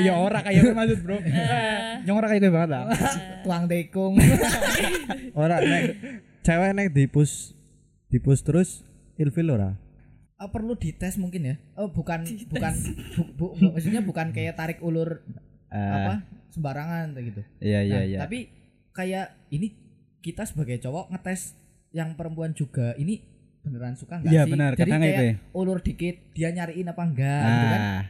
[SPEAKER 4] Eh,
[SPEAKER 3] Ya ora kayak gue maksud, Bro. Nyong ora kayak gue banget lah.
[SPEAKER 2] tuang dekung
[SPEAKER 1] iya. Ora nek cewek nek dipus dipus terus ilfil ora.
[SPEAKER 2] Eh, perlu dites mungkin ya oh bukan bukan bu- bu- bu- maksudnya bukan kayak tarik ulur
[SPEAKER 1] Nah.
[SPEAKER 3] Eh,
[SPEAKER 2] apa sembarangan kayak gitu
[SPEAKER 3] Iya iya
[SPEAKER 2] Nah,
[SPEAKER 3] iya.
[SPEAKER 2] tapi kayak ini kita sebagai cowok ngetes yang perempuan juga ini beneran suka nggak
[SPEAKER 3] Iya,
[SPEAKER 2] sih
[SPEAKER 3] benar.
[SPEAKER 2] jadi
[SPEAKER 3] Kadang
[SPEAKER 2] kayak
[SPEAKER 3] itu ya.
[SPEAKER 2] ulur dikit dia nyariin apa enggak gitu kan
[SPEAKER 3] Ah.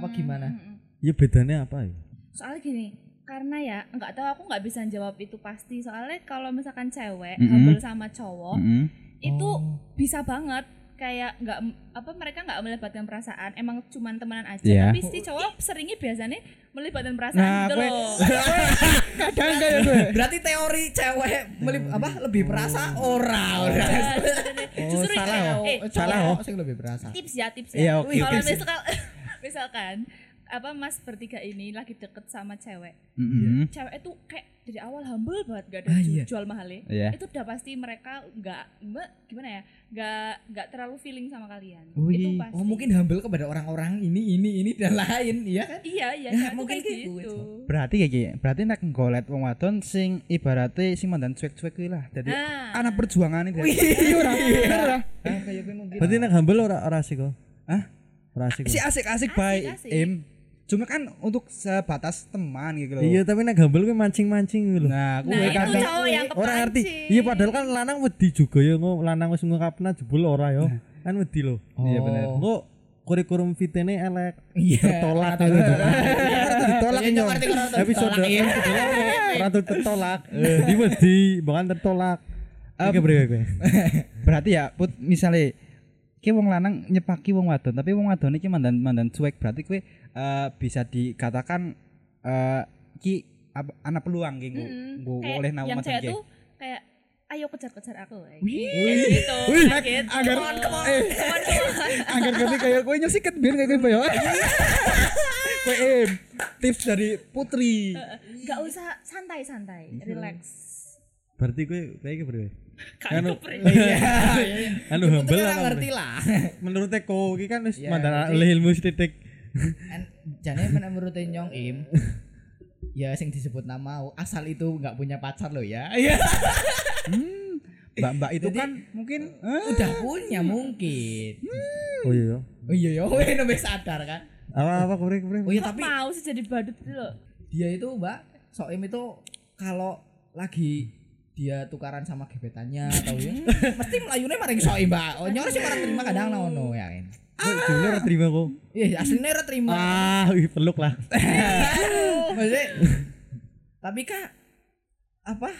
[SPEAKER 2] apa gimana
[SPEAKER 4] Mm-mm.
[SPEAKER 1] Ya bedanya apa ya?
[SPEAKER 4] soalnya gini karena ya nggak tahu aku nggak bisa jawab itu pasti soalnya kalau misalkan cewek
[SPEAKER 3] Mm-mm.
[SPEAKER 4] hamil sama cowok
[SPEAKER 3] Mm-mm.
[SPEAKER 4] itu
[SPEAKER 2] Oh.
[SPEAKER 4] bisa banget kayak nggak apa mereka nggak melibatkan perasaan emang cuman temenan aja
[SPEAKER 3] Iya.
[SPEAKER 4] tapi si cowok seringnya biasanya melibatkan perasaan
[SPEAKER 3] Nah,
[SPEAKER 4] gitu
[SPEAKER 3] gue
[SPEAKER 4] loh
[SPEAKER 3] kadang kayak gue.
[SPEAKER 2] Oh. berarti teori cewek melip, apa lebih perasa ora ora
[SPEAKER 3] Nah,
[SPEAKER 4] justru
[SPEAKER 3] salah,
[SPEAKER 4] kayak,
[SPEAKER 2] Oh,
[SPEAKER 4] eh,
[SPEAKER 2] salah
[SPEAKER 3] cowok.
[SPEAKER 2] oh sing lebih perasa
[SPEAKER 4] tips ya tips
[SPEAKER 3] Iya,
[SPEAKER 4] ya
[SPEAKER 3] oke,
[SPEAKER 4] kalau
[SPEAKER 3] tips.
[SPEAKER 4] misalkan misalkan apa mas bertiga ini lagi deket sama cewek
[SPEAKER 3] Mm-mm.
[SPEAKER 4] cewek itu kayak dari awal humble banget gak ada
[SPEAKER 2] Ah,
[SPEAKER 4] ju-
[SPEAKER 2] iya.
[SPEAKER 4] jual mahalnya
[SPEAKER 3] Iya.
[SPEAKER 4] itu udah pasti mereka nggak nggak- gimana ya nggak nggak terlalu feeling sama kalian
[SPEAKER 3] Wih.
[SPEAKER 4] itu pasti
[SPEAKER 2] oh mungkin humble kepada orang-orang ini ini ini dan lain iya kan
[SPEAKER 4] iya iya
[SPEAKER 2] Ya,
[SPEAKER 4] cewek
[SPEAKER 2] mungkin
[SPEAKER 4] mungkin
[SPEAKER 2] gitu.
[SPEAKER 4] gitu,
[SPEAKER 3] Berarti ya Ki, berarti nek golet wong wadon sing ibaratnya sing mandan cuek-cuek kuwi lah. Dadi
[SPEAKER 4] Nah.
[SPEAKER 3] anak perjuangan ini. Iya ora. Iya ora.
[SPEAKER 4] Ah,
[SPEAKER 3] Kayak gue mungkin.
[SPEAKER 1] Berarti nek humble ora ora sih kok.
[SPEAKER 3] Hah?
[SPEAKER 1] Ora sih
[SPEAKER 3] Si
[SPEAKER 1] kok.
[SPEAKER 3] asik-asik
[SPEAKER 4] Asik,
[SPEAKER 3] baik,
[SPEAKER 4] asik.
[SPEAKER 3] Im. Cuma kan untuk sebatas teman gitu loh.
[SPEAKER 1] Iya tapi nek humble kuwi mancing-mancing gitu loh.
[SPEAKER 3] Nah,
[SPEAKER 4] nah
[SPEAKER 3] gue
[SPEAKER 4] itu
[SPEAKER 3] kadang
[SPEAKER 4] cowok yang kepancing
[SPEAKER 1] Ora ngerti. Iya padahal kan lanang wedi juga ya ngo lanang wis ngungkapna jebul ora ya. Kan wedi lho.
[SPEAKER 3] Iya, bener.
[SPEAKER 1] Engko kurikulum vitene elek
[SPEAKER 2] Iya.
[SPEAKER 1] tertolak gitu. ditolak
[SPEAKER 2] Iya,
[SPEAKER 1] nyong.
[SPEAKER 2] ngerti, ngerti,
[SPEAKER 1] Episode
[SPEAKER 2] ditolak, iya.
[SPEAKER 1] episode loro, ora tuh tertolak. Di wedi bahkan tertolak. Iki kepriye kowe?
[SPEAKER 3] berarti ya put misalnya ki wong lanang nyepaki wong wadon tapi wong wadon iki mandan mandan cuek berarti kue eh, bisa dikatakan eh ki apa, anak peluang ki nggo
[SPEAKER 4] Mm-mm.
[SPEAKER 3] nggo
[SPEAKER 4] Kayak
[SPEAKER 3] oleh nama
[SPEAKER 4] yang
[SPEAKER 3] macam
[SPEAKER 4] cewek
[SPEAKER 3] ki.
[SPEAKER 4] tuh kayak ayo kejar-kejar aku kayak
[SPEAKER 3] Wih.
[SPEAKER 4] gitu
[SPEAKER 3] Wih,
[SPEAKER 4] kayak gitu
[SPEAKER 3] agar-
[SPEAKER 4] Come on,
[SPEAKER 3] eh.
[SPEAKER 4] come on, come on.
[SPEAKER 3] Angger ngerti kayak kue nyesiket biar kayak kue bayar.
[SPEAKER 1] PM tips dari Putri
[SPEAKER 4] nggak usah santai santai relax
[SPEAKER 1] berarti gue kayak gitu
[SPEAKER 4] Kayak
[SPEAKER 1] Anu-
[SPEAKER 4] kepri.
[SPEAKER 1] anu
[SPEAKER 2] Yang penting
[SPEAKER 1] humble
[SPEAKER 2] orang
[SPEAKER 1] lah
[SPEAKER 2] ngerti lah
[SPEAKER 1] menurut Eko iki kan wis
[SPEAKER 2] Ya,
[SPEAKER 1] mandara
[SPEAKER 2] jadi-
[SPEAKER 1] ilmu titik
[SPEAKER 2] An- jane men- menurut Nyong Im ya sing disebut nama asal itu nggak punya pacar lo ya Iya.
[SPEAKER 3] Mbak-mbak itu
[SPEAKER 2] Jadi-
[SPEAKER 3] kan mungkin eh,
[SPEAKER 2] udah punya mungkin
[SPEAKER 1] oh iya iya.
[SPEAKER 2] oh iya ya weh nembe sadar kan
[SPEAKER 1] apa apa kepri kepri
[SPEAKER 2] oh iya
[SPEAKER 4] Kok
[SPEAKER 2] tapi
[SPEAKER 4] mau sih jadi badut itu loh
[SPEAKER 2] dia itu mbak Soim itu kalau lagi dia tukaran sama gebetannya atau ya mesti melayunya maring Soim mbak oh nyor sih orang terima kadang lah ono ya kan
[SPEAKER 1] Kok jumlah ora terima kok
[SPEAKER 2] iya aslinya ora terima Oh,
[SPEAKER 1] ah wih peluk lah
[SPEAKER 3] Eh.
[SPEAKER 2] maksudnya tapi kak apa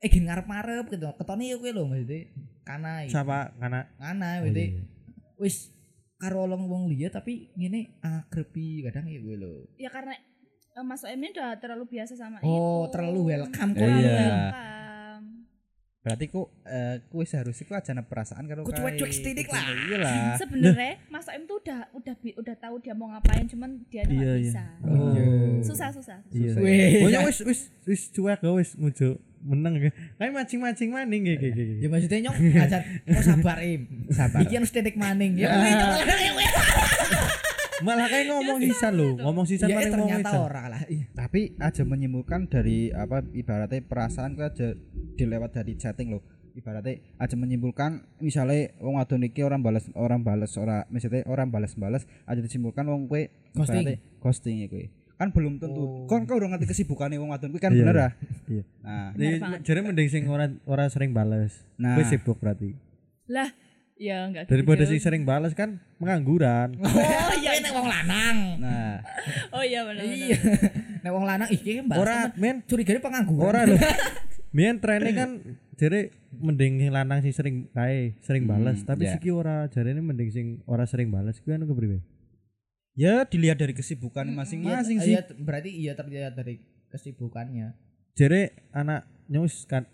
[SPEAKER 2] eh gini ngarep ngarep gitu ketone ya gue loh maksudnya kana ya.
[SPEAKER 1] siapa karena
[SPEAKER 2] kana
[SPEAKER 1] Oh,
[SPEAKER 2] maksudnya
[SPEAKER 1] iya.
[SPEAKER 2] wis karo olong wong liya tapi ngene akrepi kadang ya gue loh
[SPEAKER 4] ya karena eh, Mas Oem ini udah terlalu biasa sama itu
[SPEAKER 2] oh terlalu welcome
[SPEAKER 1] Iya.
[SPEAKER 2] kok
[SPEAKER 4] terlalu
[SPEAKER 2] iya.
[SPEAKER 4] welcome
[SPEAKER 3] berarti ku eh, ku wis harus iku aja perasaan karo
[SPEAKER 2] Ku cuek-cuek sithik lah.
[SPEAKER 3] Iya lah.
[SPEAKER 2] Ah,
[SPEAKER 4] sebenarnya Mas Oem tuh udah udah bi- udah tahu dia mau ngapain cuman dia
[SPEAKER 1] Iya,
[SPEAKER 4] tuh nggak
[SPEAKER 1] iya.
[SPEAKER 4] bisa
[SPEAKER 1] Oh.
[SPEAKER 4] susah susah
[SPEAKER 1] iya
[SPEAKER 3] Susah.
[SPEAKER 2] Weh.
[SPEAKER 1] pokoknya wis wis wis cuek kok wis ngujuk meneng kayak mancing-mancing maning kayak kayak
[SPEAKER 2] ya
[SPEAKER 3] Iya.
[SPEAKER 2] maksudnya nyok ajar oh sabar im sabar iki harus titik maning ya weh, nyok, malah kayak weh.
[SPEAKER 1] malah kayak ngomong
[SPEAKER 3] Iya,
[SPEAKER 1] sisan lho ngomong sisan
[SPEAKER 2] ya eh,
[SPEAKER 1] maning ngomong
[SPEAKER 2] ternyata
[SPEAKER 1] sisan
[SPEAKER 2] ora lah iya
[SPEAKER 3] Tapi aja menyimpulkan dari apa ibaratnya perasaan ku aja dilewat dari chatting loh. Ibaratnya aja menyimpulkan misalnya wong wadon iki orang balas orang balas ora misalnya orang balas-balas aja disimpulkan wong kowe
[SPEAKER 2] Ghosting.
[SPEAKER 3] ibaratnya ghosting ya kowe. Kan belum tentu.
[SPEAKER 2] Oh.
[SPEAKER 3] Kan kau udah ngerti kesibukannya wong wadon kuwi kan
[SPEAKER 1] Iya.
[SPEAKER 3] bener ah.
[SPEAKER 1] Iya.
[SPEAKER 3] Nah,
[SPEAKER 1] jadi
[SPEAKER 4] Bener banget.
[SPEAKER 1] jadi mending sing ora ora sering bales
[SPEAKER 3] Nah. Iya.
[SPEAKER 1] Wis sibuk berarti
[SPEAKER 4] lah ya enggak
[SPEAKER 1] daripada
[SPEAKER 4] gitu
[SPEAKER 1] sing sering bales kan pengangguran
[SPEAKER 2] oh iya nek wong lanang
[SPEAKER 3] nah,
[SPEAKER 4] oh iya benar
[SPEAKER 2] iya nek wong lanang iki mbak
[SPEAKER 1] ora men
[SPEAKER 2] curigane pengangguran
[SPEAKER 1] ora lho Mien trennya kan jadi mending sing lanang sing sering kae sering bales
[SPEAKER 3] Hmm,
[SPEAKER 1] tapi
[SPEAKER 3] iya.
[SPEAKER 1] siki ora jarene mending sing ora sering bales kuwi anu kepriwe
[SPEAKER 3] ya dilihat dari kesibukan
[SPEAKER 2] Iya,
[SPEAKER 3] masing-masing
[SPEAKER 2] iya,
[SPEAKER 3] sih.
[SPEAKER 2] t- berarti iya terlihat dari kesibukannya.
[SPEAKER 1] jere anak nyus kan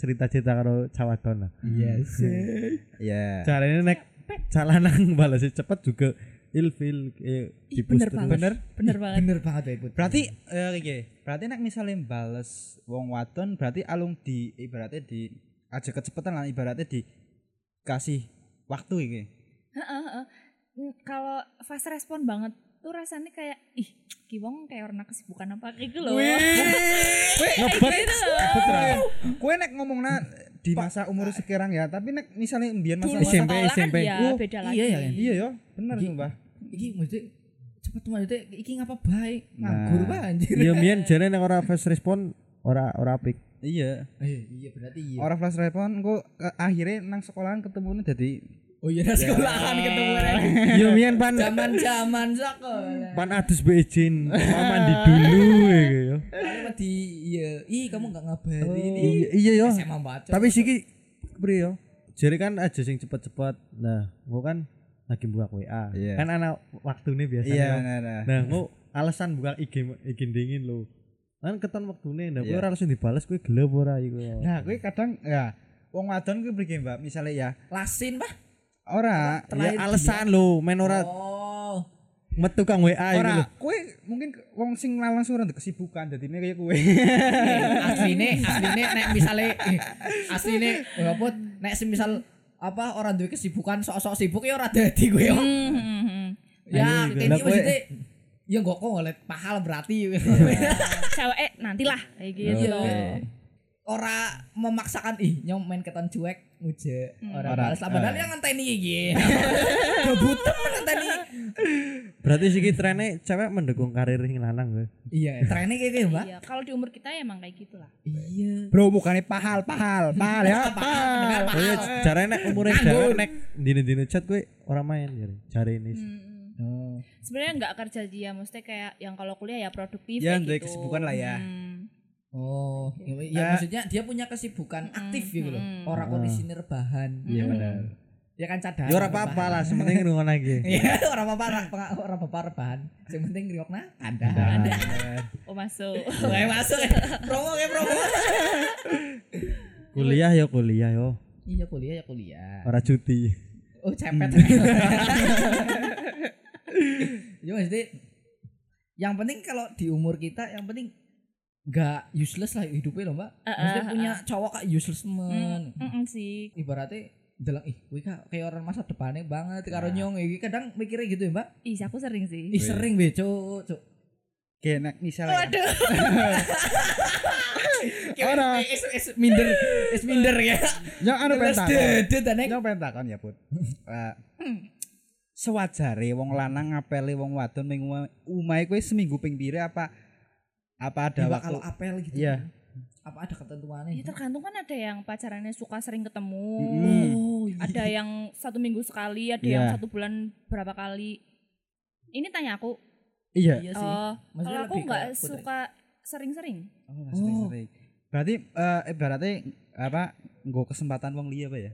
[SPEAKER 1] cerita-cerita karo cawaton lah
[SPEAKER 3] Iya sih. Ya.
[SPEAKER 4] Iya,
[SPEAKER 1] caranya nek calanan balasnya cepet juga ilfil eh,
[SPEAKER 4] Ih,
[SPEAKER 1] dipus
[SPEAKER 4] bener
[SPEAKER 1] terus.
[SPEAKER 4] banget.
[SPEAKER 3] Bener?
[SPEAKER 4] bener banget
[SPEAKER 2] Bener banget ya, Put.
[SPEAKER 3] Berarti eh iki, berarti nek misalnya bales wong wadon berarti alung di ibaratnya di aja kecepetan lah ibaratnya di kasih waktu iki.
[SPEAKER 4] Heeh, heeh. Mm, kalau fast respon banget tuh rasanya kayak ih kiwong kayak orang kesibukan apa kayak gitu loh
[SPEAKER 1] ngebet
[SPEAKER 4] Gitu loh.
[SPEAKER 1] ngebet ra.
[SPEAKER 3] Eh, Kowe nek ngomongna di masa umur sekarang ya, tapi nek misalnya mbiyen masa
[SPEAKER 4] Dulu
[SPEAKER 1] SMP,
[SPEAKER 4] sekolah kan
[SPEAKER 1] SMP.
[SPEAKER 4] ya
[SPEAKER 1] Oh,
[SPEAKER 4] beda lagi
[SPEAKER 2] iya, ya, kan?
[SPEAKER 3] Iya yo, bener
[SPEAKER 2] Iki-
[SPEAKER 3] sumpah.
[SPEAKER 2] Iki maksudnya cepet maksudnya iki ngapa baik?
[SPEAKER 3] Nah.
[SPEAKER 2] Nganggur bah anjir.
[SPEAKER 1] iya mien jere nek ora fast respon ora ora apik
[SPEAKER 3] Iya.
[SPEAKER 2] Eh, iya berarti iya.
[SPEAKER 3] Orang flash respon kok eh, akhirnya nang sekolahan ketemunya jadi
[SPEAKER 2] Oh iya, nah, sekolahan ketemu lagi.
[SPEAKER 1] iya mien pan
[SPEAKER 2] Zaman-zaman sekolah.
[SPEAKER 1] pan adus be izin mau mandi dulu iya, iki yo.
[SPEAKER 2] Paling di iya, ih kamu enggak ngabarin ih.
[SPEAKER 1] iya iya
[SPEAKER 3] ya.
[SPEAKER 1] yo
[SPEAKER 2] SMA baca.
[SPEAKER 1] tapi siki kepriwe yo jere kan aja sing cepet-cepet nah gua kan lagi buka WA
[SPEAKER 3] Iya.
[SPEAKER 1] kan anak waktunya biasanya
[SPEAKER 3] Iya,
[SPEAKER 1] yo.
[SPEAKER 3] nah, nah.
[SPEAKER 1] Nah, kok alasan buka IG IG dingin lo. Kan keton wektune ndak kowe
[SPEAKER 3] Iya.
[SPEAKER 1] ora langsung dibales kowe gelem ora iku.
[SPEAKER 3] Nah, kowe kadang ya wong wadon kuwi piye, Mbak? Misalnya ya
[SPEAKER 2] lasin bah.
[SPEAKER 3] ora
[SPEAKER 1] Ya
[SPEAKER 2] terakhir
[SPEAKER 1] alasan lo men ora
[SPEAKER 2] Oh.
[SPEAKER 1] metu kang WA iku lho.
[SPEAKER 3] ora kowe mungkin ke- wong sing lalang suara ndek kesibukan dadine kaya kowe.
[SPEAKER 2] Eh, asline asline nek misale eh, asline ya put nek semisal apa orang duwe kesibukan sok-sok sibuk ya ora dadi gue ya.
[SPEAKER 4] Hmm, hmm, hmm.
[SPEAKER 2] Ya,
[SPEAKER 1] Ayo,
[SPEAKER 2] ini
[SPEAKER 1] Nah, iya, lah, kowe-
[SPEAKER 2] maksudnya ya nggak kok ngeliat pahal berarti
[SPEAKER 4] cewek eh, nantilah kayak gitu
[SPEAKER 2] Iya. Ora memaksakan ih nyong main keton cuek nguje ora
[SPEAKER 3] Ora.
[SPEAKER 2] balas lah padahal
[SPEAKER 1] eh.
[SPEAKER 3] Ah.
[SPEAKER 2] yang ngenteni iki. Kebutuh ngenteni.
[SPEAKER 1] Berarti siki trennya cewek mendukung karir sing lanang kowe.
[SPEAKER 2] Iya, trennya kayak gitu, Mbak.
[SPEAKER 4] Iya, kalau di umur kita ya emang kayak gitulah
[SPEAKER 2] Iya.
[SPEAKER 3] Bro, bukannya pahal, pahal, pahal
[SPEAKER 1] Iya,
[SPEAKER 3] ya, pahal.
[SPEAKER 2] Pahal.
[SPEAKER 1] Kowe jarane nek umure
[SPEAKER 2] Nganggur.
[SPEAKER 1] dhewe nek dine-dine chat kowe ora main jare. Jare ini. sih.
[SPEAKER 4] Hmm. sebenarnya nggak kerja dia maksudnya kayak yang kalau kuliah ya produktif
[SPEAKER 3] Ya,
[SPEAKER 4] kayak
[SPEAKER 3] duwe
[SPEAKER 4] gitu.
[SPEAKER 3] kesibukan lah ya.
[SPEAKER 4] Hmm.
[SPEAKER 2] Oh, ya, ya maksudnya dia punya kesibukan aktif gitu loh.
[SPEAKER 4] mm.
[SPEAKER 2] Ora kok di sini rebahan.
[SPEAKER 3] Iya benar.
[SPEAKER 2] Ya kan cadar.
[SPEAKER 1] Ya ora apa-apa lah, sementing ngono iki.
[SPEAKER 2] Iya, ora apa-apa, ora apa- ora apa-apa rebahan. Yang penting riokna ada. Ada.
[SPEAKER 4] oh masuk
[SPEAKER 2] Wae masuk. eh. Promo ya promo.
[SPEAKER 1] Kuliah yo kuliah yo,
[SPEAKER 2] Iya kuliah ya kuliah.
[SPEAKER 1] ora cuti.
[SPEAKER 2] Hmm. Oh cepet. Ya maksudnya yang penting kalau di umur kita yang penting nggak useless lah hidupnya loh mbak
[SPEAKER 4] Eh, eh,
[SPEAKER 2] maksudnya
[SPEAKER 4] eh,
[SPEAKER 2] punya cowok kayak useless
[SPEAKER 1] Hmm,
[SPEAKER 2] men
[SPEAKER 4] Mm, mm, mm, sih
[SPEAKER 2] ibaratnya dalam ih kuwi ka- kayak orang masa depannya banget karo
[SPEAKER 1] Nah.
[SPEAKER 2] nyong iki kadang mikirnya gitu ya mbak
[SPEAKER 4] Ih, aku sering sih.
[SPEAKER 2] ih ya. sering be cuk cuk
[SPEAKER 3] kayak nek misalnya
[SPEAKER 4] Waduh.
[SPEAKER 3] Ora.
[SPEAKER 2] is is minder is minder ya
[SPEAKER 3] nyong anu
[SPEAKER 2] terus
[SPEAKER 3] pentakon
[SPEAKER 2] dedet aneh
[SPEAKER 3] nyong pentakon ya put Eh, sewajare wong lanang ngapeli wong wadon ming umai kuwi seminggu ping pira apa apa ada
[SPEAKER 2] Mbak,
[SPEAKER 3] waktu
[SPEAKER 2] kalau apel gitu
[SPEAKER 3] Iya.
[SPEAKER 2] apa ada ketentuannya
[SPEAKER 4] Ya, tergantung kan ada yang pacarannya suka sering ketemu.
[SPEAKER 3] Mm.
[SPEAKER 2] oh iya.
[SPEAKER 4] Ada yang satu minggu sekali, ada yang
[SPEAKER 3] Iya.
[SPEAKER 4] satu bulan berapa kali. Ini tanya aku.
[SPEAKER 3] iya
[SPEAKER 2] iya sih
[SPEAKER 4] Oh,
[SPEAKER 2] Maksudnya
[SPEAKER 4] kalau aku
[SPEAKER 2] lebih ke
[SPEAKER 4] nggak
[SPEAKER 2] putri.
[SPEAKER 4] suka sering-sering.
[SPEAKER 3] Oh, nggak sering-sering. Berarti eh ibaratnya apa nggo kesempatan wong liya apa ya?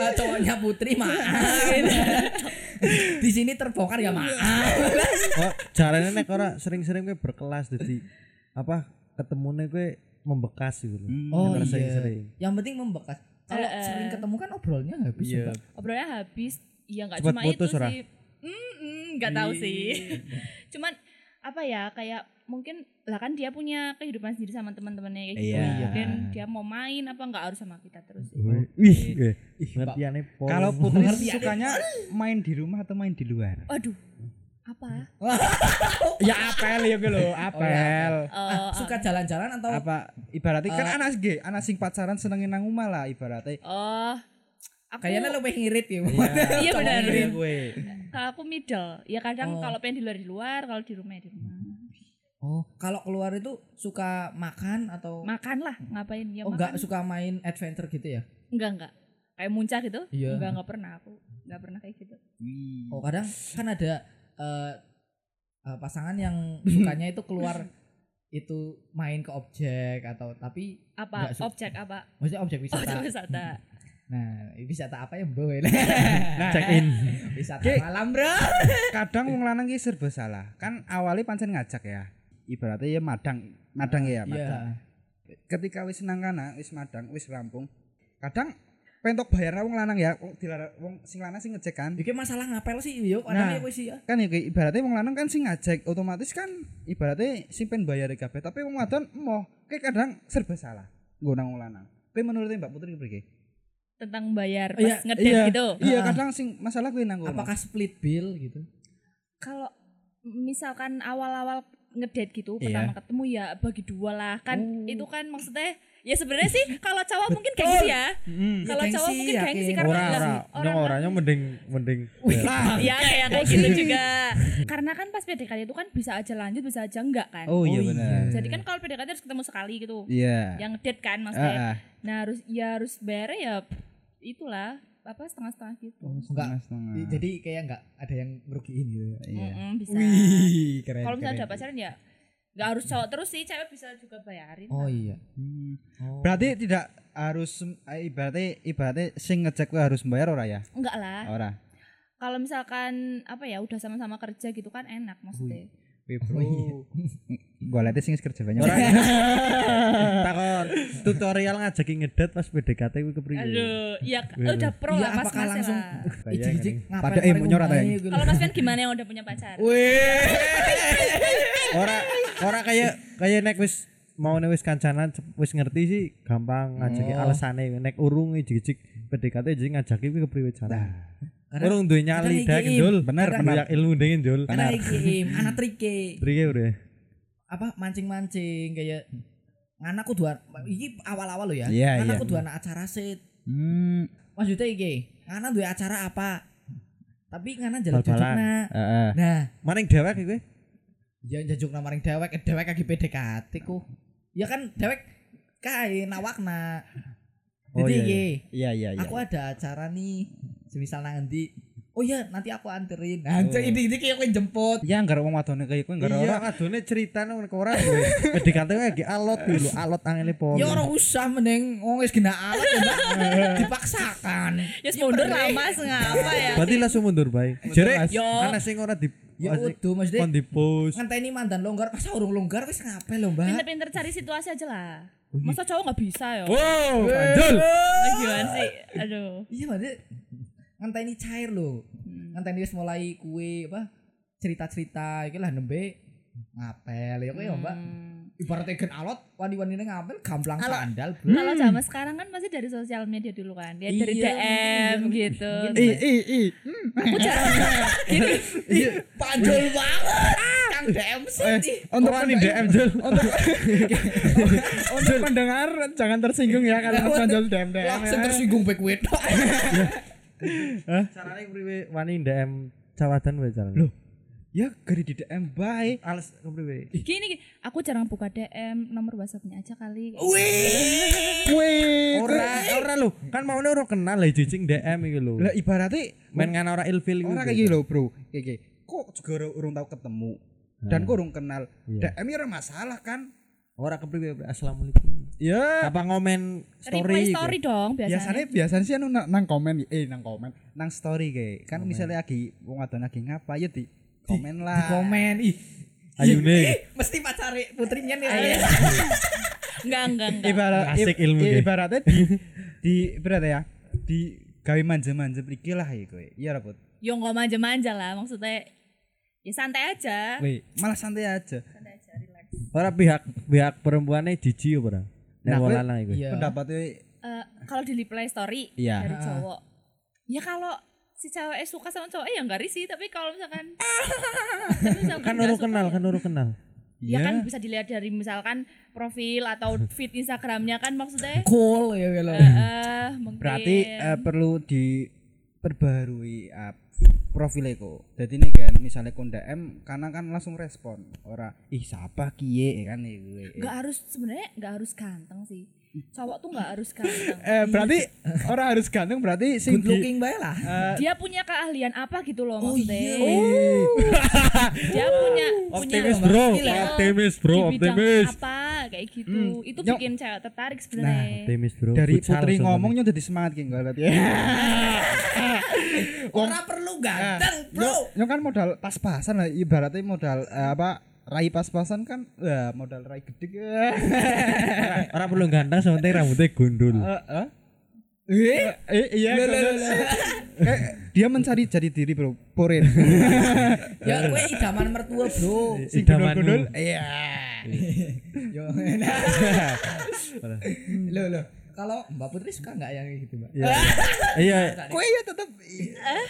[SPEAKER 2] Eh, cowoknya putri maaf di sini terbongkar ya maaf
[SPEAKER 1] kok caranya nek ora sering-sering gue berkelas jadi apa ketemunya gue membekas gitu loh
[SPEAKER 2] Oh,
[SPEAKER 1] Nek ora
[SPEAKER 2] iya.
[SPEAKER 1] sering-sering
[SPEAKER 2] yang penting membekas kalau
[SPEAKER 4] Eh, eh.
[SPEAKER 2] sering ketemu kan obrolnya habis ya,
[SPEAKER 1] iya
[SPEAKER 2] Mbak.
[SPEAKER 4] Obrolnya habis. Ya nggak
[SPEAKER 1] Cepat
[SPEAKER 4] cuma
[SPEAKER 1] putus,
[SPEAKER 4] itu
[SPEAKER 1] Ra.
[SPEAKER 4] sih. Mm-mm, nggak tahu sih.
[SPEAKER 2] Iya.
[SPEAKER 4] Cuman apa ya kayak mungkin lah kan dia punya kehidupan sendiri sama teman-temannya kayak gitu.
[SPEAKER 3] Iya.
[SPEAKER 4] Dan dia mau main apa nggak harus sama kita terus. sih.
[SPEAKER 1] Wih, wih, eh, wih.
[SPEAKER 2] Ih, Mbak.
[SPEAKER 1] pengertiannya pol.
[SPEAKER 3] Kalau putri
[SPEAKER 2] Ngerti ya.
[SPEAKER 3] sukanya main di rumah atau main di luar?
[SPEAKER 4] Waduh. Apa?
[SPEAKER 3] ya apel ya gue lo,
[SPEAKER 4] Eh,
[SPEAKER 2] Ah, suka jalan-jalan atau
[SPEAKER 3] Apa ibaratnya kan anak sing anak sing pacaran senengin nang omah lah ibaratnya.
[SPEAKER 4] Oh, aku
[SPEAKER 2] kayaknya lebih ngirit ya Mbak.
[SPEAKER 4] Iya,
[SPEAKER 2] Cowok
[SPEAKER 4] benar.
[SPEAKER 2] ngirit.
[SPEAKER 3] gue.
[SPEAKER 4] kalau aku middle. Ya kadang
[SPEAKER 2] Oh.
[SPEAKER 4] kalau pengen di luar di luar, kalau di rumah ya di rumah.
[SPEAKER 2] oh kalau keluar itu suka makan atau
[SPEAKER 4] Makan lah, ngapain ya
[SPEAKER 2] oh enggak
[SPEAKER 4] makan.
[SPEAKER 2] suka main adventure gitu ya
[SPEAKER 4] Enggak, enggak. Kayak muncak gitu?
[SPEAKER 2] Iya.
[SPEAKER 4] Enggak, enggak pernah aku. Enggak pernah kayak gitu.
[SPEAKER 2] oh kadang kan ada eh, eh, pasangan yang sukanya itu keluar itu main ke objek atau tapi
[SPEAKER 4] Apa
[SPEAKER 2] Enggak suka.
[SPEAKER 4] objek apa?
[SPEAKER 2] maksudnya objek
[SPEAKER 4] Objek
[SPEAKER 2] wisata
[SPEAKER 4] wisata.
[SPEAKER 2] nah wisata apa ya boleh
[SPEAKER 3] Nah,
[SPEAKER 1] check in.
[SPEAKER 2] wisata
[SPEAKER 3] Ki-
[SPEAKER 2] malam bro
[SPEAKER 3] Kadang wong lanang ki serba salah. Kan awalnya pancen ngajak ya. Ibaratnya ya madang, madang ya, madang.
[SPEAKER 2] iya
[SPEAKER 3] ketika wis nang kana wis madang wis rampung kadang pentok bayar wong lanang ya wong dilara- wong sing lanang sing ngecek kan
[SPEAKER 2] Iki masalah ngapel sih yo
[SPEAKER 3] Nah.
[SPEAKER 2] kadang nah. sih ya.
[SPEAKER 3] kan ya kayak ibaratnya wong lanang kan sing ngajak otomatis kan ibaratnya sing pen bayar ya kabeh tapi wong wadon emoh kayak kadang serba salah nggo nang wong lanang kayak menurutnya Mbak Putri kepriye
[SPEAKER 4] Tentang bayar
[SPEAKER 2] Iya,
[SPEAKER 4] pas ngedate
[SPEAKER 3] iya.
[SPEAKER 4] gitu.
[SPEAKER 3] iya
[SPEAKER 2] Ah.
[SPEAKER 3] kadang sing masalah kuwi nang kono.
[SPEAKER 2] Apakah split bill gitu?
[SPEAKER 4] Kalau misalkan awal-awal ngedate gitu
[SPEAKER 3] Iya.
[SPEAKER 4] pertama ketemu ya bagi dua lah kan
[SPEAKER 2] Oh.
[SPEAKER 4] itu kan maksudnya ya sebenarnya sih kalau cowok mungkin kayak gitu ya
[SPEAKER 3] Mm.
[SPEAKER 4] kalau
[SPEAKER 2] gengsi
[SPEAKER 4] cowok mungkin
[SPEAKER 2] ya,
[SPEAKER 4] gengsi
[SPEAKER 2] Ki.
[SPEAKER 4] karena
[SPEAKER 1] iya. Ora,
[SPEAKER 4] bilang,
[SPEAKER 1] ora. Nyong orangnya mending mending.
[SPEAKER 3] Lah,
[SPEAKER 4] Ya kayak kayak gitu juga. Karena kan pas PDKT itu kan bisa aja lanjut, bisa aja enggak kan.
[SPEAKER 3] oh iya benar
[SPEAKER 4] Jadi kan kalau PDKT harus ketemu sekali gitu.
[SPEAKER 3] iya
[SPEAKER 4] Yang date kan
[SPEAKER 3] Ah,
[SPEAKER 4] maksudnya.
[SPEAKER 3] ah.
[SPEAKER 4] Nah, harus ya harus bayarnya ya itulah apa setengah-setengah gitu.
[SPEAKER 3] Oh,
[SPEAKER 2] Enggak.
[SPEAKER 3] setengah-setengah.
[SPEAKER 2] Jadi kayak enggak ada yang ngerugiin gitu ya.
[SPEAKER 3] iya
[SPEAKER 4] Mm-mm, bisa.
[SPEAKER 2] Wih, keren.
[SPEAKER 4] Kalau misalnya
[SPEAKER 2] keren.
[SPEAKER 4] udah pacaran ya enggak harus cowok terus sih, cewek bisa juga bayarin.
[SPEAKER 2] Oh iya.
[SPEAKER 3] Hmm.
[SPEAKER 2] Oh.
[SPEAKER 3] berarti tidak harus eh, ibaratnya ibaratnya sing ngecek kuwi harus bayar ora ya
[SPEAKER 4] Enggak lah.
[SPEAKER 3] ora
[SPEAKER 4] Kalau misalkan apa ya udah sama-sama kerja gitu kan enak maksudnya.
[SPEAKER 2] Oh, iya.
[SPEAKER 3] Gue liatnya sih kerja banyak.
[SPEAKER 1] Ora. Takon tutorial ngajakin ngedet pas PDKT kuwi kepriye?
[SPEAKER 4] Aduh, ya
[SPEAKER 1] Iya.
[SPEAKER 4] udah pro
[SPEAKER 2] Iya,
[SPEAKER 4] lah pas
[SPEAKER 2] apakah langsung
[SPEAKER 4] lah.
[SPEAKER 2] ijik-ijik ngapel
[SPEAKER 3] Pada eh, mau nyorat, eh.
[SPEAKER 4] Kalau Mas Fian gimana yang udah punya pacar?
[SPEAKER 1] Ora ora kayak kayak nek wis mau nih wis kancanan cep- wis ngerti sih gampang ngajaki
[SPEAKER 2] Oh.
[SPEAKER 1] alasannya nek urung jijik PDKT jadi ngajaki kuwi kepriwe cara
[SPEAKER 2] Karena-
[SPEAKER 1] urung duwe
[SPEAKER 2] karena
[SPEAKER 1] nyali
[SPEAKER 2] iki
[SPEAKER 1] dak
[SPEAKER 2] im.
[SPEAKER 1] jul
[SPEAKER 3] Bener, bener.
[SPEAKER 1] banyak ilmu dingin jul
[SPEAKER 2] Karena iki im, anak trike.
[SPEAKER 1] Priye bre
[SPEAKER 2] Apa mancing-mancing kayak anak kudu iki awal-awal lo ya.
[SPEAKER 3] Iya,
[SPEAKER 2] anak
[SPEAKER 3] iya.
[SPEAKER 2] kudu anak acara sit.
[SPEAKER 3] Hmm.
[SPEAKER 2] Maksudnya iki, anak duwe acara apa? Tapi ngana jalan
[SPEAKER 1] Bal-balan.
[SPEAKER 2] jujurna.
[SPEAKER 3] Heeh.
[SPEAKER 2] Nah,
[SPEAKER 1] maning dewek iki
[SPEAKER 2] Ya njajuk nama ring dewek, eh, dewek lagi PDKT ku. Ya kan dewek kae nawakna.
[SPEAKER 1] Oh,
[SPEAKER 2] Jadi
[SPEAKER 1] iya, iya.
[SPEAKER 2] ye,
[SPEAKER 3] Iya iya iya.
[SPEAKER 2] aku ada acara nih, semisal nang endi. Oh iya, nanti aku anterin. Anjir
[SPEAKER 1] Oh.
[SPEAKER 2] ini ini kayak aku yang jemput.
[SPEAKER 3] Ya enggak wong wadone kaya kowe enggak
[SPEAKER 1] Iya,
[SPEAKER 3] ora.
[SPEAKER 1] adone ceritane nek ora duwe. PDKT wae ge alot dulu, alot angele pol.
[SPEAKER 2] Ya ora usah mending wong wis kena alat ya, Mbak. Dipaksakan.
[SPEAKER 4] Ya mundur lama ngapa ya?
[SPEAKER 1] Berarti langsung mundur bae. Jere
[SPEAKER 3] Mas.
[SPEAKER 1] yo ana sing ora di
[SPEAKER 2] Ya udah maksudnya
[SPEAKER 1] kon di post.
[SPEAKER 2] ngenteni mandan longgar, masa urung longgar wis ngapain lho, Mbak?
[SPEAKER 4] Pinter-pinter cari situasi aja lah. masa cowok nggak bisa ya
[SPEAKER 1] Wow, panjul.
[SPEAKER 4] Ah, gimana sih aduh
[SPEAKER 2] iya maksudnya ngenteni cair loh
[SPEAKER 4] Hmm.
[SPEAKER 2] ngenteni wis mulai kue apa cerita-cerita iki lah nembe ngapel ya kok ya mbak
[SPEAKER 4] Hmm.
[SPEAKER 2] ibaratnya gen alot wani-wanine ngapel gamblang
[SPEAKER 4] Alot.
[SPEAKER 2] sandal bro
[SPEAKER 4] kalau zaman sekarang kan masih dari sosial media dulu kan ya dari
[SPEAKER 2] Hmm. Iya,
[SPEAKER 4] DM
[SPEAKER 2] mungkin,
[SPEAKER 4] gitu
[SPEAKER 2] mungkin.
[SPEAKER 4] Terus
[SPEAKER 3] ih ih
[SPEAKER 4] aku jarang
[SPEAKER 2] panjol banget Ah, kang DM
[SPEAKER 1] Eh,
[SPEAKER 2] sih
[SPEAKER 3] untuk
[SPEAKER 1] Orang ini DM jul.
[SPEAKER 3] untuk pendengar jangan tersinggung ya kalau
[SPEAKER 2] Jangan.
[SPEAKER 3] menonjol DM DM
[SPEAKER 2] langsung tersinggung back wedok
[SPEAKER 1] Carane priwe gitu. wani DM cawadan wae carane.
[SPEAKER 3] Loh. ya gari di DM baik
[SPEAKER 1] Alas kepriwe?
[SPEAKER 4] gini, gini aku jarang buka DM nomor WhatsAppnya
[SPEAKER 2] Oh,
[SPEAKER 4] aja kali
[SPEAKER 2] wih
[SPEAKER 3] wih
[SPEAKER 1] Ora, ora lho. Kan maune ora kenal lah cicing DM iki lho.
[SPEAKER 3] lah ibaratnya
[SPEAKER 1] Main kan ora ilfil
[SPEAKER 3] orang kayak gini loh bro kayak gini, kok juga ora- urung tau ketemu dan kok urung kenal
[SPEAKER 1] Iya.
[SPEAKER 3] DM ya ora masalah kan
[SPEAKER 1] Ora kepriwe? bre? Assalamualaikum.
[SPEAKER 3] ya
[SPEAKER 1] Apa ngomen story?
[SPEAKER 4] reply
[SPEAKER 1] gitu. Iya,
[SPEAKER 4] story dong biasanya
[SPEAKER 3] biasanya biasanya sih anu na- nang komen eh nang komen nang story kayak kan misalnya lagi wong wadon lagi ngapa ya di komen lah Iya.
[SPEAKER 2] komen ih
[SPEAKER 1] Ayune.
[SPEAKER 2] Ih, mesti pacari putrinya nih
[SPEAKER 4] enggak enggak enggak
[SPEAKER 3] ibarat
[SPEAKER 1] Asik ilmu
[SPEAKER 3] i-
[SPEAKER 1] kayak.
[SPEAKER 3] ibaratnya di di ibarat ya di gawe manja-manja iki lah ya kowe iya repot
[SPEAKER 4] yo nggak manja-manja lah maksudnya ya santai aja
[SPEAKER 1] Wih,
[SPEAKER 3] malah santai aja
[SPEAKER 4] santai aja relax
[SPEAKER 1] ora pihak pihak perempuane jijik ora. Nek
[SPEAKER 3] Nah,
[SPEAKER 1] wong
[SPEAKER 3] kowe-
[SPEAKER 1] lanang iku.
[SPEAKER 2] iya
[SPEAKER 3] pendapatnya
[SPEAKER 4] Eh, kalau di reply story
[SPEAKER 1] Iya.
[SPEAKER 4] dari cowok ya kalau si cewek suka sama cowok ya enggak risih tapi kalau misalkan tapi misalkan
[SPEAKER 1] Kan
[SPEAKER 4] nggak
[SPEAKER 1] ora
[SPEAKER 4] suka
[SPEAKER 1] kenal,
[SPEAKER 4] ya-
[SPEAKER 1] kan Iya. ora kenal.
[SPEAKER 4] ya kan bisa dilihat dari misalkan profil atau feed Instagramnya kan maksudnya
[SPEAKER 2] cool ya welo
[SPEAKER 1] Hmm.
[SPEAKER 4] eh, eh, mungkin
[SPEAKER 3] berarti eh, perlu diperbarui eh, profile kok jadi ini kan misalnya kon DM karena kan langsung respon ora ih siapa kiye ya kan ya kowe.
[SPEAKER 4] nggak harus sebenarnya nggak harus ganteng sih cowok tuh nggak harus ganteng
[SPEAKER 3] eh berarti orang harus ganteng berarti sing
[SPEAKER 2] good
[SPEAKER 3] di-
[SPEAKER 2] looking bae lah
[SPEAKER 4] dia punya keahlian apa gitu loh
[SPEAKER 2] Oh,
[SPEAKER 4] maksudnya
[SPEAKER 2] iya.
[SPEAKER 4] dia punya punya
[SPEAKER 1] Optimis bro,
[SPEAKER 2] Gila.
[SPEAKER 1] optimis bro,
[SPEAKER 4] di bidang
[SPEAKER 1] optimis.
[SPEAKER 4] apa kayak
[SPEAKER 2] Hmm.
[SPEAKER 4] gitu itu
[SPEAKER 3] Nyok.
[SPEAKER 4] bikin cewek tertarik
[SPEAKER 1] Nah,
[SPEAKER 4] sebenarnya
[SPEAKER 1] optimis bro.
[SPEAKER 3] Eh, dari
[SPEAKER 1] Futsal
[SPEAKER 3] putri
[SPEAKER 1] soalnya.
[SPEAKER 3] ngomongnya jadi semangat kayak gak berarti ya
[SPEAKER 2] ora perlu ganteng bro
[SPEAKER 3] Yo kan modal pas-pasan lah ibaratnya modal eh, apa rai pas-pasan kan eh, modal rai gede. Eh,
[SPEAKER 1] Eh, Ora perlu ganteng sementing rambutnya gundul.
[SPEAKER 3] eh. Eh, eh, iya. Kayak dia mencari jati diri, Bro. Porin.
[SPEAKER 2] ya kue idaman mertua bro
[SPEAKER 3] Sing
[SPEAKER 1] Idamanmu.
[SPEAKER 3] gundul-gundul, Iya.
[SPEAKER 2] yo enak. lo lo kalau mbak putri suka nggak yang kayak gitu mbak
[SPEAKER 1] Iya. Iya,
[SPEAKER 3] Kowe ya tetep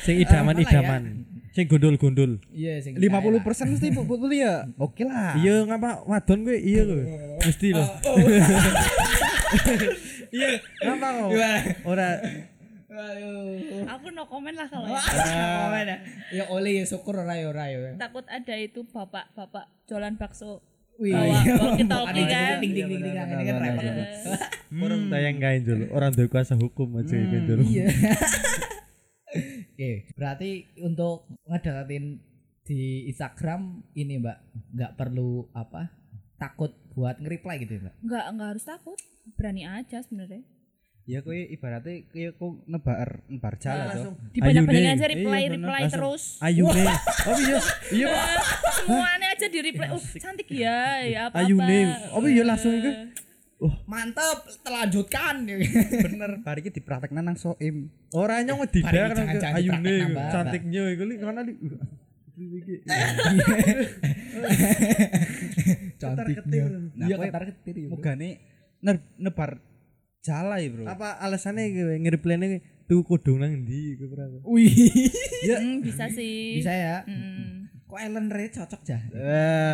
[SPEAKER 1] sing idaman
[SPEAKER 2] Eh, malah ya.
[SPEAKER 1] idaman. Sing gundul-gundul.
[SPEAKER 2] iya sing
[SPEAKER 3] 50% mesti Bu Putri ya. Oke lah.
[SPEAKER 1] Iya ngapa wadon gue iya
[SPEAKER 3] Oh,
[SPEAKER 1] gue. Mesti loh. Iya, ngapa kok? Ora
[SPEAKER 3] Hmm.
[SPEAKER 2] aduh
[SPEAKER 4] aku no comment lah kalau
[SPEAKER 2] Nah.
[SPEAKER 4] ya.
[SPEAKER 2] Gimana? Ah. ya oleh ya syukur ora ya ora ya
[SPEAKER 4] takut ada itu bapak-bapak jualan bakso
[SPEAKER 2] wih
[SPEAKER 4] bawa
[SPEAKER 2] Ada
[SPEAKER 4] walkie talkie kan
[SPEAKER 2] ding ding ding ding ding ini kan repot
[SPEAKER 1] orang tayang kain dulu, orang duwe kuasa hukum aja kain dulu.
[SPEAKER 3] Hmm,
[SPEAKER 2] iya oke berarti untuk ngedeketin di Instagram ini mbak nggak perlu apa takut buat nge-reply gitu ya mbak
[SPEAKER 4] nggak nggak harus takut berani aja sebenarnya
[SPEAKER 3] Ya kowe ibaratnya kowe kok nebar nebar jalan tuh.
[SPEAKER 4] dibanyak banyakin
[SPEAKER 1] Ayune.
[SPEAKER 4] aja reply
[SPEAKER 1] Iya, bener.
[SPEAKER 4] reply
[SPEAKER 1] Langsung.
[SPEAKER 4] terus
[SPEAKER 1] Ayu nih. Oh iya, iya Pak.
[SPEAKER 4] Eh, semuanya aja di reply uh cantik ya ya apa
[SPEAKER 1] Ayu nih.
[SPEAKER 4] apa
[SPEAKER 1] Oh iya langsung ke.
[SPEAKER 2] mantap terlanjutkan
[SPEAKER 3] Bener, bari iki dipraktekna nang soim. Eh,
[SPEAKER 1] Ora nyong
[SPEAKER 2] Mari
[SPEAKER 1] didak nang
[SPEAKER 2] jangan-jangan
[SPEAKER 1] ayu nih.
[SPEAKER 2] dipraktek nambah,
[SPEAKER 1] Cantiknya iku li ngono li. Uh, iki.
[SPEAKER 2] cantiknya nah,
[SPEAKER 3] Iya,
[SPEAKER 2] iya ketar ketir ya bro.
[SPEAKER 3] Mugane ne- nebar jalan ya, Bro.
[SPEAKER 1] Apa alasannya gue nge-reply-ne tuh kodong nang ndi iku ora.
[SPEAKER 2] wih
[SPEAKER 1] iya.
[SPEAKER 4] Hmm, bisa sih
[SPEAKER 2] bisa ya
[SPEAKER 4] Hmm.
[SPEAKER 2] kok Ellen Ray cocok jah
[SPEAKER 3] Eh,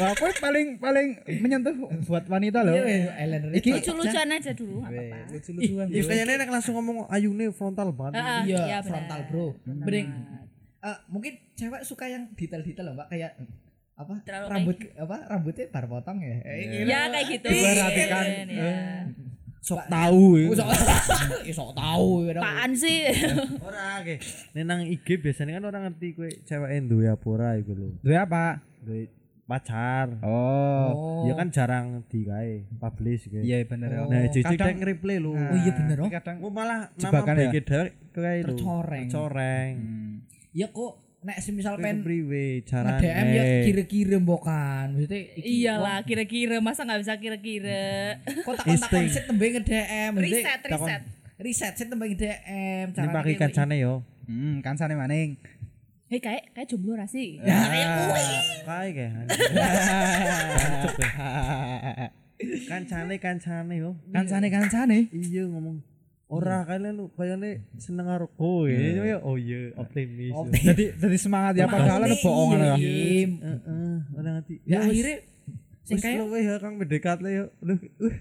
[SPEAKER 3] wah, kowe paling paling menyentuh buat wanita loh.
[SPEAKER 2] Iya, weh, Ellen Ray
[SPEAKER 3] Iki-
[SPEAKER 2] cocok jah.
[SPEAKER 4] lucu-lucuan aja dulu nggak apa-apa
[SPEAKER 3] Lucu-lucuan.
[SPEAKER 1] Iya kayaknya nek langsung ngomong ayune frontal banget.
[SPEAKER 4] Ah,
[SPEAKER 2] iya
[SPEAKER 4] iya, benar.
[SPEAKER 2] frontal bro mending eh, mungkin cewek suka yang detail-detail loh mbak kayak apa
[SPEAKER 4] Terlalu
[SPEAKER 2] rambut apa rambutnya bar potong ya Eh, gila.
[SPEAKER 4] ya kayak gitu
[SPEAKER 1] Diperhatikan.
[SPEAKER 4] Iya, iya.
[SPEAKER 2] Eh,
[SPEAKER 1] Sok tahu ya.
[SPEAKER 2] Wih, sok Ih, Iya, sok tahu ya, dong.
[SPEAKER 4] apaan sih
[SPEAKER 1] Ora ke. Nek nang IG biasanya kan orang ngerti kowe ceweke duwe apa ora iku lho.
[SPEAKER 3] Duwe apa?
[SPEAKER 1] Duwe pacar.
[SPEAKER 2] oh
[SPEAKER 3] Oh.
[SPEAKER 1] Ya kan jarang digae publish kowe.
[SPEAKER 3] Iya bener ya.
[SPEAKER 1] Nah, jujur
[SPEAKER 3] kadang-
[SPEAKER 1] dek nge-reply lho.
[SPEAKER 2] oh iya bener
[SPEAKER 1] kan?
[SPEAKER 2] oh
[SPEAKER 3] Kadang
[SPEAKER 1] Gua malah nama
[SPEAKER 3] Jebakan ya?
[SPEAKER 1] BG dek kowe lho.
[SPEAKER 2] Tercoreng.
[SPEAKER 1] Tercoreng.
[SPEAKER 2] ya kok nek semisal
[SPEAKER 1] Kowe
[SPEAKER 2] pengen
[SPEAKER 1] priwe carane?
[SPEAKER 2] nge-DM ya
[SPEAKER 1] Eh.
[SPEAKER 2] kira-kira mbokan. Maksudnya iki
[SPEAKER 4] iyalah kira-kira masa nggak bisa kira-kira
[SPEAKER 2] kotak-kotakan
[SPEAKER 1] Insting.
[SPEAKER 2] sik tembe nge-DM. Maksudnya
[SPEAKER 4] riset riset
[SPEAKER 2] riset sik tembe nge-DM
[SPEAKER 1] Ini
[SPEAKER 2] carane
[SPEAKER 1] pakai
[SPEAKER 2] kayak gitu.
[SPEAKER 1] kancane yo.
[SPEAKER 3] Hmm, kancane maning.
[SPEAKER 4] hei Eh, kayak kayak jomblo ra sih
[SPEAKER 2] Ya.
[SPEAKER 1] Kae kae. Kancane kancane yo.
[SPEAKER 3] Kancane kancane.
[SPEAKER 1] Iya ngomong ora kali lu kayane seneng karo kowe. Iya, Oh iya optimis. yo.
[SPEAKER 2] Optimis.
[SPEAKER 3] Jadi jadi semangat ya padahal ada bohongan
[SPEAKER 2] gitu. Iya,
[SPEAKER 3] ya.
[SPEAKER 2] Im.
[SPEAKER 1] Heeh, ora ngerti.
[SPEAKER 2] Ya akhirnya
[SPEAKER 1] sing
[SPEAKER 2] sing
[SPEAKER 1] kae
[SPEAKER 2] kayak
[SPEAKER 1] lu ya Kang mendekat le yo. Lu uh,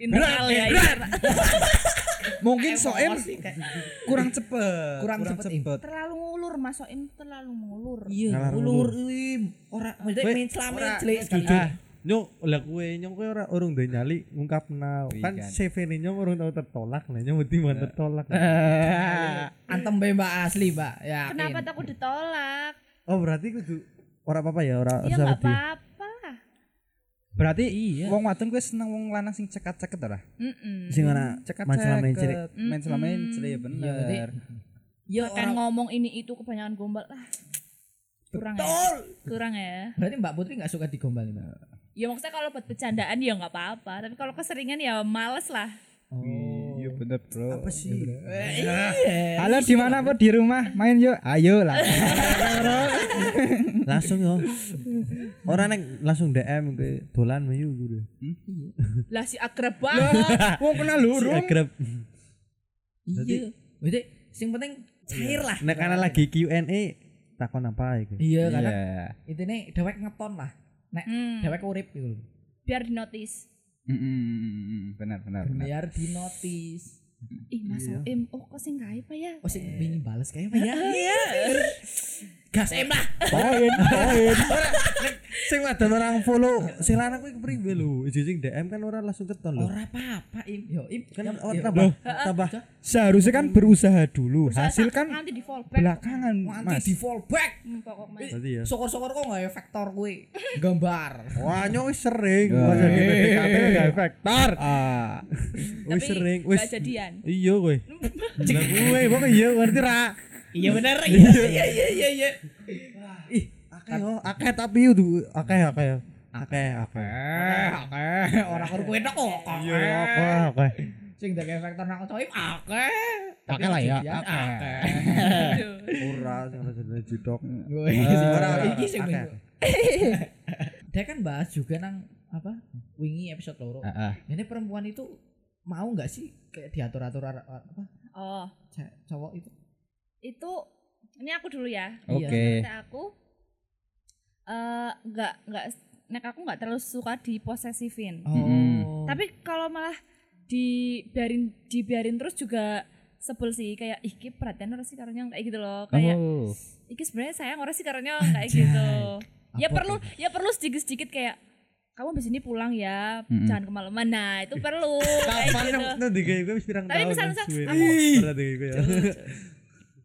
[SPEAKER 4] internal
[SPEAKER 2] eh,
[SPEAKER 4] ya internal.
[SPEAKER 3] Mungkin
[SPEAKER 4] Emosi
[SPEAKER 3] soem
[SPEAKER 4] kayak.
[SPEAKER 3] kurang cepet.
[SPEAKER 2] Kurang cepet, Im.
[SPEAKER 4] terlalu ngulur masukin terlalu ngulur
[SPEAKER 2] iya
[SPEAKER 1] Ngarang ulur.
[SPEAKER 2] ulur im ora maksudnya
[SPEAKER 1] Weh,
[SPEAKER 2] main selama
[SPEAKER 3] ora,
[SPEAKER 2] jelek sekali
[SPEAKER 1] jujur.
[SPEAKER 2] Ah,
[SPEAKER 1] nyong lah kowe nyong kowe ora urung duwe nyali ngungkap nau. Kan
[SPEAKER 3] Wigan.
[SPEAKER 1] CV ne nyong urung tau tertolak lah nyong wedi man tertolak.
[SPEAKER 2] antem be mbak asli mbak ya
[SPEAKER 4] kenapa takut ditolak
[SPEAKER 1] Oh berarti kudu ora apa-apa ya ora
[SPEAKER 4] ya
[SPEAKER 1] usah
[SPEAKER 4] nggak
[SPEAKER 1] wedi.
[SPEAKER 4] apa-apa lah
[SPEAKER 3] Berarti
[SPEAKER 2] Iya. Hmm,
[SPEAKER 3] wong wadon kuwi seneng wong lanang sing cekat-ceket ora?
[SPEAKER 4] Mm-mm.
[SPEAKER 1] Sing ora masalah main cilik.
[SPEAKER 3] Cekat-ceket. Main selama main cilik ya
[SPEAKER 2] Iya, berarti-
[SPEAKER 3] bener.
[SPEAKER 2] ya orang
[SPEAKER 4] kan ngomong ini itu kebanyakan gombal lah kurang
[SPEAKER 2] tol
[SPEAKER 4] ya kurang ya
[SPEAKER 2] berarti mbak putri nggak suka digombalin mbak
[SPEAKER 4] ya maksudnya kalau buat bercandaan ya nggak apa-apa tapi kalau keseringan ya males lah
[SPEAKER 3] Oh. Iya bener, Bro.
[SPEAKER 2] apa sih
[SPEAKER 1] Iya.
[SPEAKER 2] Iya.
[SPEAKER 3] Halo di mana Bu? Di rumah? Main yuk. Ayo lah.
[SPEAKER 1] langsung yo orang neng langsung DM ke dolan mayu gue
[SPEAKER 4] lah si akrab
[SPEAKER 2] Ya.
[SPEAKER 4] banget
[SPEAKER 3] Wong kena lurung.
[SPEAKER 1] agrep
[SPEAKER 2] iya maksudnya sing penting cair lah
[SPEAKER 1] nek ana lagi Q&A takon apa ya, iki
[SPEAKER 2] iya karena
[SPEAKER 3] Iya.
[SPEAKER 2] intinya dewek ngeton lah
[SPEAKER 4] Hmm,
[SPEAKER 2] dewek urip gitu loh.
[SPEAKER 4] biar di notice
[SPEAKER 3] Mm, Mm-mm, benar benar benar.
[SPEAKER 2] biar di notis
[SPEAKER 4] ih mas
[SPEAKER 3] Iya.
[SPEAKER 4] Soim oh kok sih nggak apa ya
[SPEAKER 2] oh sing bingung bales kayak mbak ya gas em lah
[SPEAKER 1] poin poin sing wadon orang follow sing lanang kuwi kepriwe lho Ijo sing DM kan orang langsung keton lho
[SPEAKER 2] ora apa-apa im yo im
[SPEAKER 1] kan
[SPEAKER 2] Yo,
[SPEAKER 1] orang
[SPEAKER 2] yo.
[SPEAKER 1] tambah tambah
[SPEAKER 3] Seharusnya kan berusaha dulu.
[SPEAKER 4] Soalnya
[SPEAKER 3] Hasil
[SPEAKER 4] tak-
[SPEAKER 3] kan
[SPEAKER 4] nanti di fallback
[SPEAKER 3] belakangan, Mas.
[SPEAKER 2] nanti di fallback
[SPEAKER 4] Hmm, pokoknya
[SPEAKER 1] berarti ya
[SPEAKER 2] syukur-syukur kok nggak efektor gue gambar
[SPEAKER 1] wah nyong wis sering
[SPEAKER 3] Wah,
[SPEAKER 1] Wah, jadi
[SPEAKER 3] iya.
[SPEAKER 1] PDKT ya.
[SPEAKER 3] Vektor. Ah.
[SPEAKER 1] wis
[SPEAKER 4] tapi
[SPEAKER 1] sering wis
[SPEAKER 4] nggak jadian
[SPEAKER 1] iya kowe lah kowe kok iya ngerti ra
[SPEAKER 2] iya bener iya iya iya iya iya
[SPEAKER 1] ih akeh yo akeh tapi yo du- akeh akeh yo. akeh akeh
[SPEAKER 2] akeh orang kur kuwi tok kok
[SPEAKER 1] iya akeh akeh
[SPEAKER 2] sing dake efektor nang coim akeh
[SPEAKER 3] Akeh lah ya, Ah, akeh. Eh.
[SPEAKER 4] Aduh.
[SPEAKER 1] ora sing ora jenenge jidok
[SPEAKER 2] ora
[SPEAKER 1] ora,
[SPEAKER 2] iki sing
[SPEAKER 1] akeh.
[SPEAKER 2] minggu Iya, dia kan bahas juga nang apa wingi episode loro
[SPEAKER 3] Heeh.
[SPEAKER 2] ini perempuan itu mau nggak sih kayak diatur-atur ar- ar- apa
[SPEAKER 4] oh
[SPEAKER 2] ce- cowok itu
[SPEAKER 4] itu ini aku dulu ya
[SPEAKER 3] Oke.
[SPEAKER 4] Maksudnya aku eh, nggak nggak nek aku nggak terlalu suka diposesifin
[SPEAKER 2] Oh.
[SPEAKER 3] Mm-mm.
[SPEAKER 4] tapi kalau malah dibiarin dibiarin terus juga sebel sih kayak ih ki perhatian orang sih karunya kayak gitu loh kayak
[SPEAKER 3] Oh.
[SPEAKER 4] iki sebenarnya sayang orang sih karunya kayak gitu ya
[SPEAKER 2] Apa
[SPEAKER 4] perlu ya perlu sedikit sedikit kayak kamu di sini pulang ya
[SPEAKER 3] Mm-mm.
[SPEAKER 4] jangan kemalaman nah itu perlu kayak
[SPEAKER 1] Kapan
[SPEAKER 4] gitu
[SPEAKER 1] nang ndi gue wis pirang
[SPEAKER 4] Tapi
[SPEAKER 1] tahun.
[SPEAKER 4] misal- misal
[SPEAKER 1] suwe.
[SPEAKER 4] aku-
[SPEAKER 1] Ora ndi gue ya.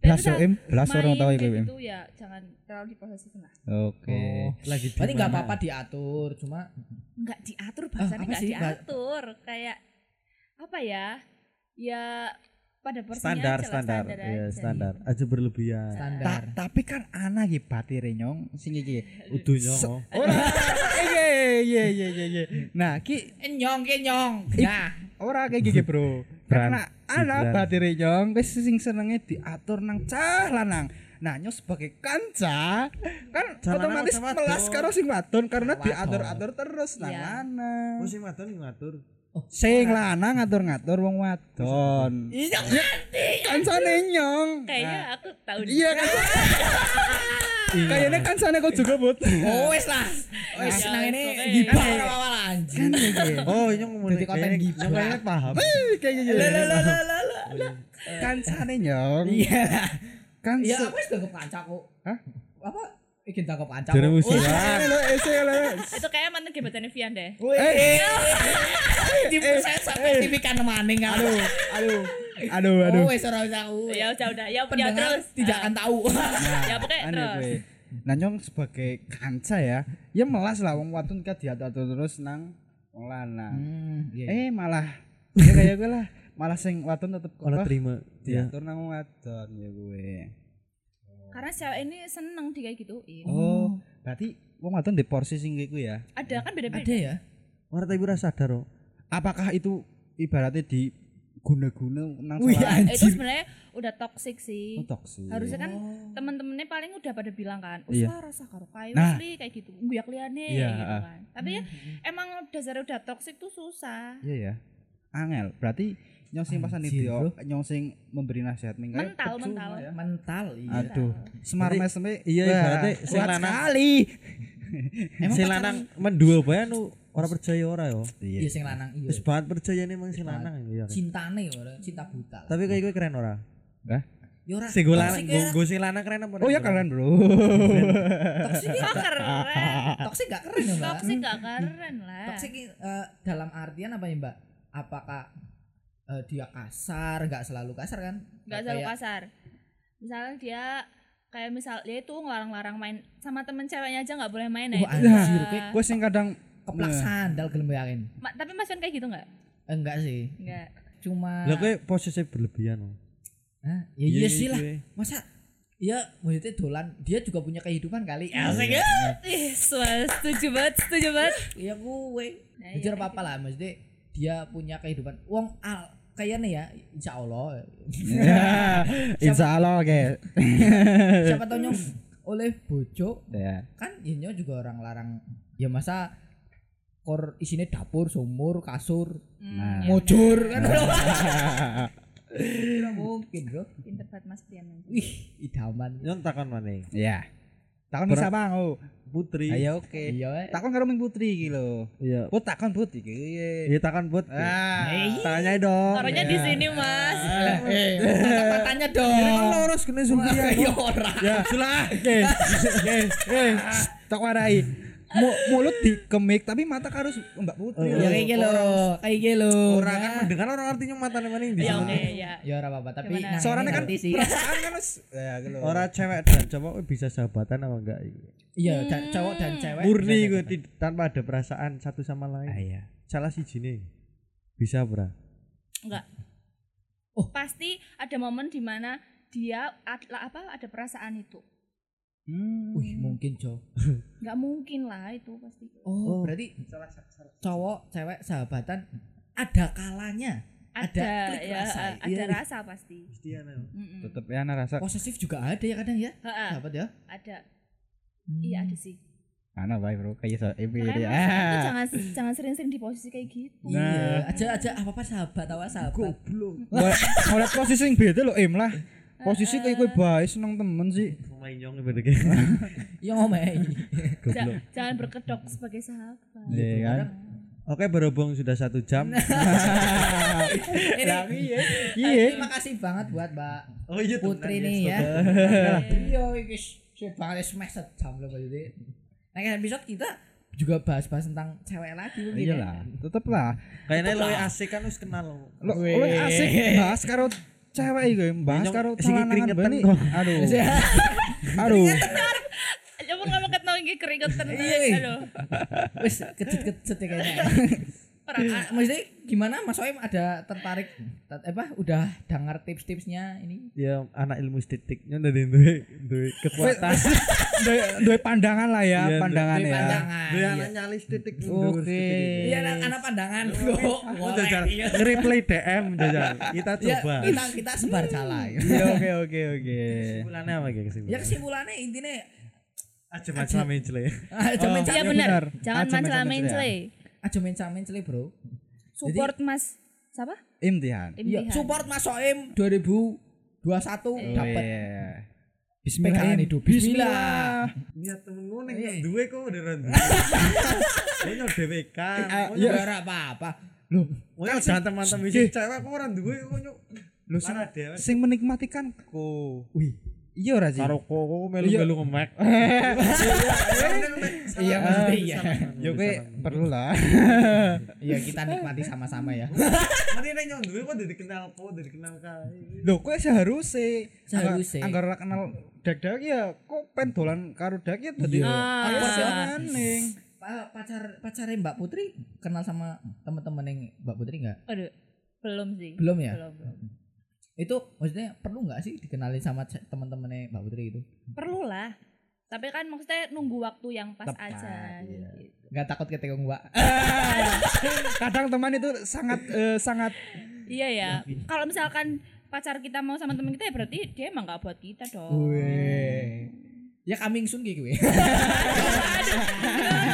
[SPEAKER 4] Tapi
[SPEAKER 3] Belas
[SPEAKER 4] misal
[SPEAKER 3] Im, belas
[SPEAKER 4] main
[SPEAKER 3] orang tahu
[SPEAKER 4] kayak
[SPEAKER 3] iku Im.
[SPEAKER 4] gitu ya jangan terlalu diposesifin lah
[SPEAKER 3] Oke.
[SPEAKER 1] Lagi di
[SPEAKER 2] Oh. berarti nggak
[SPEAKER 1] mana?
[SPEAKER 2] apa-apa diatur cuma
[SPEAKER 3] Nah.
[SPEAKER 4] nggak
[SPEAKER 3] Ah,
[SPEAKER 4] diatur bahasanya
[SPEAKER 2] apa
[SPEAKER 4] nggak
[SPEAKER 2] sih? Ba-
[SPEAKER 4] diatur kayak apa ya ya pada porsinya
[SPEAKER 1] Standar,
[SPEAKER 4] aja lah,
[SPEAKER 1] standar.
[SPEAKER 4] aja.
[SPEAKER 1] Ya,
[SPEAKER 3] Iya,
[SPEAKER 1] standar. Aja berlebihan.
[SPEAKER 3] Ta-
[SPEAKER 2] standar
[SPEAKER 3] tapi kan ana iki batire nyong sing iki.
[SPEAKER 1] Udunya
[SPEAKER 3] Se-
[SPEAKER 1] ngono.
[SPEAKER 3] Ora. Iya iya iya iya iya. Nah, ki
[SPEAKER 2] nyong ke nyong nah
[SPEAKER 3] ora kayak gini bro
[SPEAKER 1] Bran,
[SPEAKER 3] karena ana
[SPEAKER 1] Gibran.
[SPEAKER 3] batire nyong wis sing senenge diatur nang cah lanang nah nyong sebagai kanca kan
[SPEAKER 1] Cah lanang
[SPEAKER 3] otomatis
[SPEAKER 1] otomatis.
[SPEAKER 3] melas karo sing wadon karena
[SPEAKER 2] Wadon.
[SPEAKER 3] diatur-atur terus nang
[SPEAKER 4] Iya.
[SPEAKER 3] lanang
[SPEAKER 1] Oh sing wadon sing ngatur.
[SPEAKER 3] sing lanang ngatur-ngatur wong wadon
[SPEAKER 2] iya
[SPEAKER 3] kancane nyong
[SPEAKER 4] kayaknya aku tahu
[SPEAKER 3] Nah,
[SPEAKER 4] deh.
[SPEAKER 3] iya kan kayaknya kancane kok juga bot
[SPEAKER 2] Oh, wes lah.
[SPEAKER 3] Nah.
[SPEAKER 2] Wes
[SPEAKER 4] Iya,
[SPEAKER 2] nang
[SPEAKER 4] wes,
[SPEAKER 2] ini
[SPEAKER 4] pokoknya.
[SPEAKER 2] gibah ora apa-apa lah
[SPEAKER 3] Kan
[SPEAKER 2] anjing.
[SPEAKER 1] Oh, nyong ngomong
[SPEAKER 2] Jadi konten
[SPEAKER 1] kayaknya-
[SPEAKER 2] gibah.
[SPEAKER 1] nyong kayaknya paham.
[SPEAKER 3] kayak gini
[SPEAKER 2] Lah, lah, lah, lah, lah, lah.
[SPEAKER 3] kancane Iya. Kan nyong
[SPEAKER 2] Iya.
[SPEAKER 3] kan
[SPEAKER 2] Ya
[SPEAKER 3] se-
[SPEAKER 2] aku wis tangkep kancaku.
[SPEAKER 3] Hah?
[SPEAKER 2] Apa iki tangkep kancaku?
[SPEAKER 1] Jare musuh.
[SPEAKER 3] Eh, lo, eh, sih, lo.
[SPEAKER 4] itu kayak mantan gebetannya Vian deh
[SPEAKER 3] Oh,
[SPEAKER 2] Wih. Diproses sampai tipikan maning aku.
[SPEAKER 3] Eh, aduh aduh aduh aduh
[SPEAKER 2] Oh, wes ora usah aku.
[SPEAKER 4] ya udah udah ya, ya
[SPEAKER 2] Pendengar
[SPEAKER 4] terus
[SPEAKER 2] tidak akan tahu.
[SPEAKER 3] Nah,
[SPEAKER 4] Ya, pokoknya
[SPEAKER 3] aneh
[SPEAKER 4] terus.
[SPEAKER 3] gue. Nah, nyong sebagai kanca ya, ya melas lah wong wadon kan diatur terus nang wong
[SPEAKER 2] Hmm,
[SPEAKER 3] lanang.
[SPEAKER 2] iya,
[SPEAKER 3] Eh malah ya kayak gue lah, malah sing wadon tetep
[SPEAKER 1] Ora
[SPEAKER 3] apa,
[SPEAKER 2] iya.
[SPEAKER 1] terima. Ya.
[SPEAKER 3] diatur nang wong wadon ya gue.
[SPEAKER 4] karena si cewek ini seneng di kayak gitu, iya. gituin
[SPEAKER 3] Oh, berarti wong wadon di porsi sing kayak ya.
[SPEAKER 4] ada kan beda-beda
[SPEAKER 2] ada ya
[SPEAKER 1] Ora tapi ora sadar oh. kok.
[SPEAKER 3] Apakah itu ibaratnya di guna-guna nang
[SPEAKER 2] Wih,
[SPEAKER 3] salah-
[SPEAKER 2] anjing.
[SPEAKER 4] itu sebenarnya udah toxic sih
[SPEAKER 3] Oh, toksik.
[SPEAKER 4] harusnya kan
[SPEAKER 2] Oh.
[SPEAKER 4] temen-temennya paling udah pada bilang kan
[SPEAKER 3] Iya.
[SPEAKER 4] usah rasa karo kayu
[SPEAKER 3] Nah.
[SPEAKER 4] asli kayak gitu nguyak liane
[SPEAKER 3] Iya,
[SPEAKER 4] gitu
[SPEAKER 3] ah.
[SPEAKER 4] kan tapi ya emang dasarnya udah toxic tuh susah
[SPEAKER 3] Iya ya. Angel. Berarti nyong sing pasan
[SPEAKER 2] Anjir,
[SPEAKER 3] itu
[SPEAKER 2] bro.
[SPEAKER 3] nyong sing memberi nasihat ning kae
[SPEAKER 4] Mental,
[SPEAKER 3] percuma
[SPEAKER 4] mental.
[SPEAKER 3] ya.
[SPEAKER 2] Oh, mental
[SPEAKER 1] Ah,
[SPEAKER 2] iya
[SPEAKER 3] Aduh, semar
[SPEAKER 1] Berarti-
[SPEAKER 3] mesem
[SPEAKER 1] Iya ibaratnya sing
[SPEAKER 3] kuat
[SPEAKER 1] lanang
[SPEAKER 3] sekali.
[SPEAKER 2] emang
[SPEAKER 1] sing
[SPEAKER 2] pacaran-
[SPEAKER 1] lanang mendua bae anu ora percaya ora yo.
[SPEAKER 2] iya sing lanang iya
[SPEAKER 1] Wis banget percaya nih mang sing lanang iya. kan.
[SPEAKER 2] cintane ora cinta buta lah.
[SPEAKER 1] Tapi kayak gue keren ora?
[SPEAKER 2] ya ora
[SPEAKER 1] Sing gue lanang,
[SPEAKER 2] toksik
[SPEAKER 1] gue
[SPEAKER 2] ya.
[SPEAKER 1] gue sing lanang keren apa?
[SPEAKER 3] Oh ya kalian bro.
[SPEAKER 2] toksik ya.
[SPEAKER 4] Kok keren
[SPEAKER 2] toksik gak keren ya mbak
[SPEAKER 4] toxic gak keren lah
[SPEAKER 2] toksik eh, dalam artian apa ya mbak apakah eh, dia kasar gak selalu kasar kan Kayak-
[SPEAKER 4] nggak selalu kasar misalnya dia kayak misal dia itu ngelarang-larang main sama temen ceweknya aja nggak boleh main ya,
[SPEAKER 2] Wah,
[SPEAKER 4] itu
[SPEAKER 2] anjir,
[SPEAKER 4] udah-
[SPEAKER 2] kayak-
[SPEAKER 3] Gue sing kadang
[SPEAKER 2] keplak
[SPEAKER 3] Nah.
[SPEAKER 2] sandal gelembakin
[SPEAKER 4] Ma- tapi mas Fen kayak gitu nggak
[SPEAKER 2] enggak sih
[SPEAKER 4] nggak
[SPEAKER 2] cuma
[SPEAKER 1] Lah gue posisi berlebihan. loh.
[SPEAKER 2] Hah? ya iya sih lah
[SPEAKER 1] gue.
[SPEAKER 2] masa ya maksudnya dolan dia juga punya kehidupan kali
[SPEAKER 1] Iya,
[SPEAKER 2] ya saya
[SPEAKER 4] ih suara setuju banget setuju banget
[SPEAKER 2] ya gue
[SPEAKER 4] Nah, iya,
[SPEAKER 2] jujur
[SPEAKER 4] kayak
[SPEAKER 2] apa apa lah maksudnya dia punya kehidupan uang al kayaknya ya insya allah
[SPEAKER 3] Insya Allah oke.
[SPEAKER 2] siapa tau nyong oleh bojo
[SPEAKER 3] Ya.
[SPEAKER 2] kan ya nyong juga orang larang ya masa kor isinya dapur sumur kasur
[SPEAKER 4] Hmm,
[SPEAKER 3] Nah.
[SPEAKER 4] iya,
[SPEAKER 2] mojur kan Tidak mungkin bro
[SPEAKER 4] bener. pinter banget mas Pian
[SPEAKER 2] wih idaman
[SPEAKER 1] Yang takon mana?
[SPEAKER 3] Ya. Takon
[SPEAKER 1] Ber-
[SPEAKER 3] bisa bang. oh.
[SPEAKER 1] Putri.
[SPEAKER 3] Ayo oke.
[SPEAKER 2] iya weh.
[SPEAKER 3] Takon karo Ming Putri iki lho.
[SPEAKER 1] Iya.
[SPEAKER 3] Oh takon Put iki. Iya.
[SPEAKER 1] Iya takon buat.
[SPEAKER 3] Ah.
[SPEAKER 1] Tanyai dong. Ya.
[SPEAKER 4] taruhnya
[SPEAKER 2] Iya.
[SPEAKER 4] di sini mas Iya,
[SPEAKER 2] Eh, tanya dong
[SPEAKER 1] Kalau harus kena Zulfiya.
[SPEAKER 2] ya orang
[SPEAKER 1] Ya, sulah. Oke. Oke.
[SPEAKER 3] Eh, tak warai. Mu- mulut dikemik tapi mata harus Mbak Putri.
[SPEAKER 2] ya kayak gitu kayak gitu
[SPEAKER 1] Ora kan mendengar orang artinya mata namanya ini.
[SPEAKER 4] ya oke ya
[SPEAKER 2] ya ora apa-apa tapi
[SPEAKER 4] Gimana?
[SPEAKER 2] nah,
[SPEAKER 3] Suaranya
[SPEAKER 2] ini
[SPEAKER 3] kan
[SPEAKER 2] ngerti sih
[SPEAKER 3] perasaan kan wis. Ya gitu.
[SPEAKER 1] Ora cewek dan cowok bisa sahabatan apa enggak?
[SPEAKER 2] iya ca- cowok dan cewek gitu.
[SPEAKER 1] Murni
[SPEAKER 2] bisa
[SPEAKER 1] gue
[SPEAKER 2] dapat.
[SPEAKER 1] tid- tanpa ada perasaan satu sama lain.
[SPEAKER 3] iya.
[SPEAKER 1] Salah si jine. Bisa, Bra.
[SPEAKER 4] Enggak.
[SPEAKER 2] Oh.
[SPEAKER 4] Pasti ada momen dimana dia ad- lah apa ada perasaan itu.
[SPEAKER 3] Hmm.
[SPEAKER 2] wih mungkin cowok
[SPEAKER 4] Enggak mungkin lah itu pasti.
[SPEAKER 2] oh, berarti cowok cewek sahabatan ada kalanya
[SPEAKER 4] Ada,
[SPEAKER 2] Ada klik
[SPEAKER 4] ya,
[SPEAKER 2] rasa,
[SPEAKER 4] ada
[SPEAKER 2] iya.
[SPEAKER 4] rasa pasti.
[SPEAKER 1] Pasti ana.
[SPEAKER 4] Mm-mm.
[SPEAKER 3] Tetep ya ana rasa
[SPEAKER 2] posesif juga ada ya kadang ya
[SPEAKER 4] Ha-ha,
[SPEAKER 2] sahabat ya
[SPEAKER 4] ada.
[SPEAKER 2] Hmm.
[SPEAKER 4] Iya, ada sih.
[SPEAKER 3] ana bae bro kayak so ibu
[SPEAKER 4] Makanya
[SPEAKER 3] ya.
[SPEAKER 4] mas, Fen tuh jangan jangan sering-sering di posisi kayak gitu.
[SPEAKER 2] Iya,
[SPEAKER 3] Nah.
[SPEAKER 2] aja aja apa apa sahabat apa sahabat.
[SPEAKER 1] Goblok.
[SPEAKER 3] Kalau posisi yang beda lo em lah. Posisi kayak gue bae seneng temen sih.
[SPEAKER 1] Main nyong ibaratnya.
[SPEAKER 2] Iya ngomel.
[SPEAKER 4] Ja- jangan berkedok sebagai sahabat.
[SPEAKER 3] Iya kan.
[SPEAKER 1] Oke, berhubung sudah satu jam.
[SPEAKER 2] Ini
[SPEAKER 3] Iya.
[SPEAKER 2] terima kasih banget buat Mbak
[SPEAKER 1] Oh iya
[SPEAKER 2] Putri
[SPEAKER 1] temenan,
[SPEAKER 2] nih
[SPEAKER 1] yes,
[SPEAKER 2] ya.
[SPEAKER 1] temenan.
[SPEAKER 2] Iya, iki suwe banget wis mes jam lho Mbak Yudi. Nah, episode kita juga bahas-bahas tentang cewek lagi mungkin.
[SPEAKER 3] Iya
[SPEAKER 2] ya.
[SPEAKER 3] lah, tetep lah.
[SPEAKER 1] Kayaknya lo asik kan harus kenal lo.
[SPEAKER 3] Lo lo asik bahas karo cewek gue bahas
[SPEAKER 1] Nyong-
[SPEAKER 3] karo
[SPEAKER 1] sing
[SPEAKER 3] celanangan
[SPEAKER 1] keringetan
[SPEAKER 3] bani.
[SPEAKER 1] kok.
[SPEAKER 3] Aduh. Aduh.
[SPEAKER 4] Coba kamu ketemu iki keringetan.
[SPEAKER 2] Iya.
[SPEAKER 4] Aduh,
[SPEAKER 2] Wis kecet-kecet ya kayaknya.
[SPEAKER 4] perang.
[SPEAKER 2] Ah, Maksudnya gimana Mas Oim ada tertarik ter- apa udah dengar tips-tipsnya ini?
[SPEAKER 1] Ya anak ilmu estetiknya udah duwe duwe kekuatan.
[SPEAKER 3] Dua dua pandangan lah ya,
[SPEAKER 1] Iya,
[SPEAKER 3] pandangan
[SPEAKER 2] Dari
[SPEAKER 3] ya.
[SPEAKER 2] pandangan.
[SPEAKER 1] Duwe
[SPEAKER 2] Iya.
[SPEAKER 1] anak nyali estetik.
[SPEAKER 3] Oke.
[SPEAKER 2] Iya, anak, anak pandangan.
[SPEAKER 1] Oh,
[SPEAKER 2] Boleh.
[SPEAKER 1] jajar. Nge-reply DM jajar. Kita
[SPEAKER 2] Ya,
[SPEAKER 1] coba.
[SPEAKER 2] kita kita sebar jala.
[SPEAKER 3] Iya oke oke oke.
[SPEAKER 1] Bulannya apa kayak
[SPEAKER 2] Ya
[SPEAKER 1] kesimpulannya?
[SPEAKER 2] kesimpulannya intinya
[SPEAKER 1] Aja macam mencel ya.
[SPEAKER 2] ah, aja main
[SPEAKER 4] Iya
[SPEAKER 3] iya,
[SPEAKER 4] benar.
[SPEAKER 3] benar.
[SPEAKER 4] Jangan
[SPEAKER 3] Ah, jangan
[SPEAKER 4] mancel-mancel.
[SPEAKER 3] mencela.
[SPEAKER 2] aja main sama menceli, Bro.
[SPEAKER 4] Support Mas siapa?
[SPEAKER 3] Imtihan.
[SPEAKER 2] Iya,
[SPEAKER 4] Imtihan.
[SPEAKER 2] support Mas Soim 2021 dapat
[SPEAKER 3] Iya.
[SPEAKER 2] pegangan
[SPEAKER 3] Bismillah.
[SPEAKER 2] hidup.
[SPEAKER 3] Bismillah.
[SPEAKER 1] Niat temenmu nih
[SPEAKER 2] Iya.
[SPEAKER 1] yang duwe kok udah rendu. Ini nyok DWK.
[SPEAKER 2] Ya ora apa-apa. Loh,
[SPEAKER 1] Mau nyok jangan teman-teman isi cewek kok ora duwe kok nyok.
[SPEAKER 3] Lu sing,
[SPEAKER 1] Parah, Dewan.
[SPEAKER 3] sing menikmatikan ku. Wih. Iya ora sih.
[SPEAKER 1] Karo kok kok melu-melu ngemek.
[SPEAKER 2] iya maksudnya iya.
[SPEAKER 3] Yo kowe perlu lah.
[SPEAKER 2] Iya, kita nikmati sama-sama ya.
[SPEAKER 1] Mari nek nyok duwe kok dadi kenal kok dadi kenal kae.
[SPEAKER 3] Lho kowe seharusnya
[SPEAKER 2] Seharusnya.
[SPEAKER 3] Anggar ora kenal dak-dak ya kok pen dolan karo dak ya dadi
[SPEAKER 4] Ah.
[SPEAKER 3] awkward ning.
[SPEAKER 2] Pa- pacar pacarnya Mbak Putri kenal sama teman-teman yang Mbak Putri enggak?
[SPEAKER 4] Aduh, belum sih.
[SPEAKER 2] Belum ya?
[SPEAKER 4] Belum, belum.
[SPEAKER 2] itu maksudnya perlu nggak sih dikenalin sama ce- teman-temannya Mbak Putri itu
[SPEAKER 4] perlu lah tapi kan maksudnya nunggu waktu yang pas
[SPEAKER 2] Tepat,
[SPEAKER 4] aja
[SPEAKER 2] iya.
[SPEAKER 4] gitu.
[SPEAKER 2] nggak takut ketika gua
[SPEAKER 3] kadang teman itu sangat eh, sangat
[SPEAKER 4] iya ya kalau misalkan pacar kita mau sama teman kita ya berarti dia emang nggak buat
[SPEAKER 2] Oh.
[SPEAKER 4] kita dong
[SPEAKER 2] Weh. ya coming soon gitu weh.
[SPEAKER 4] Aduh,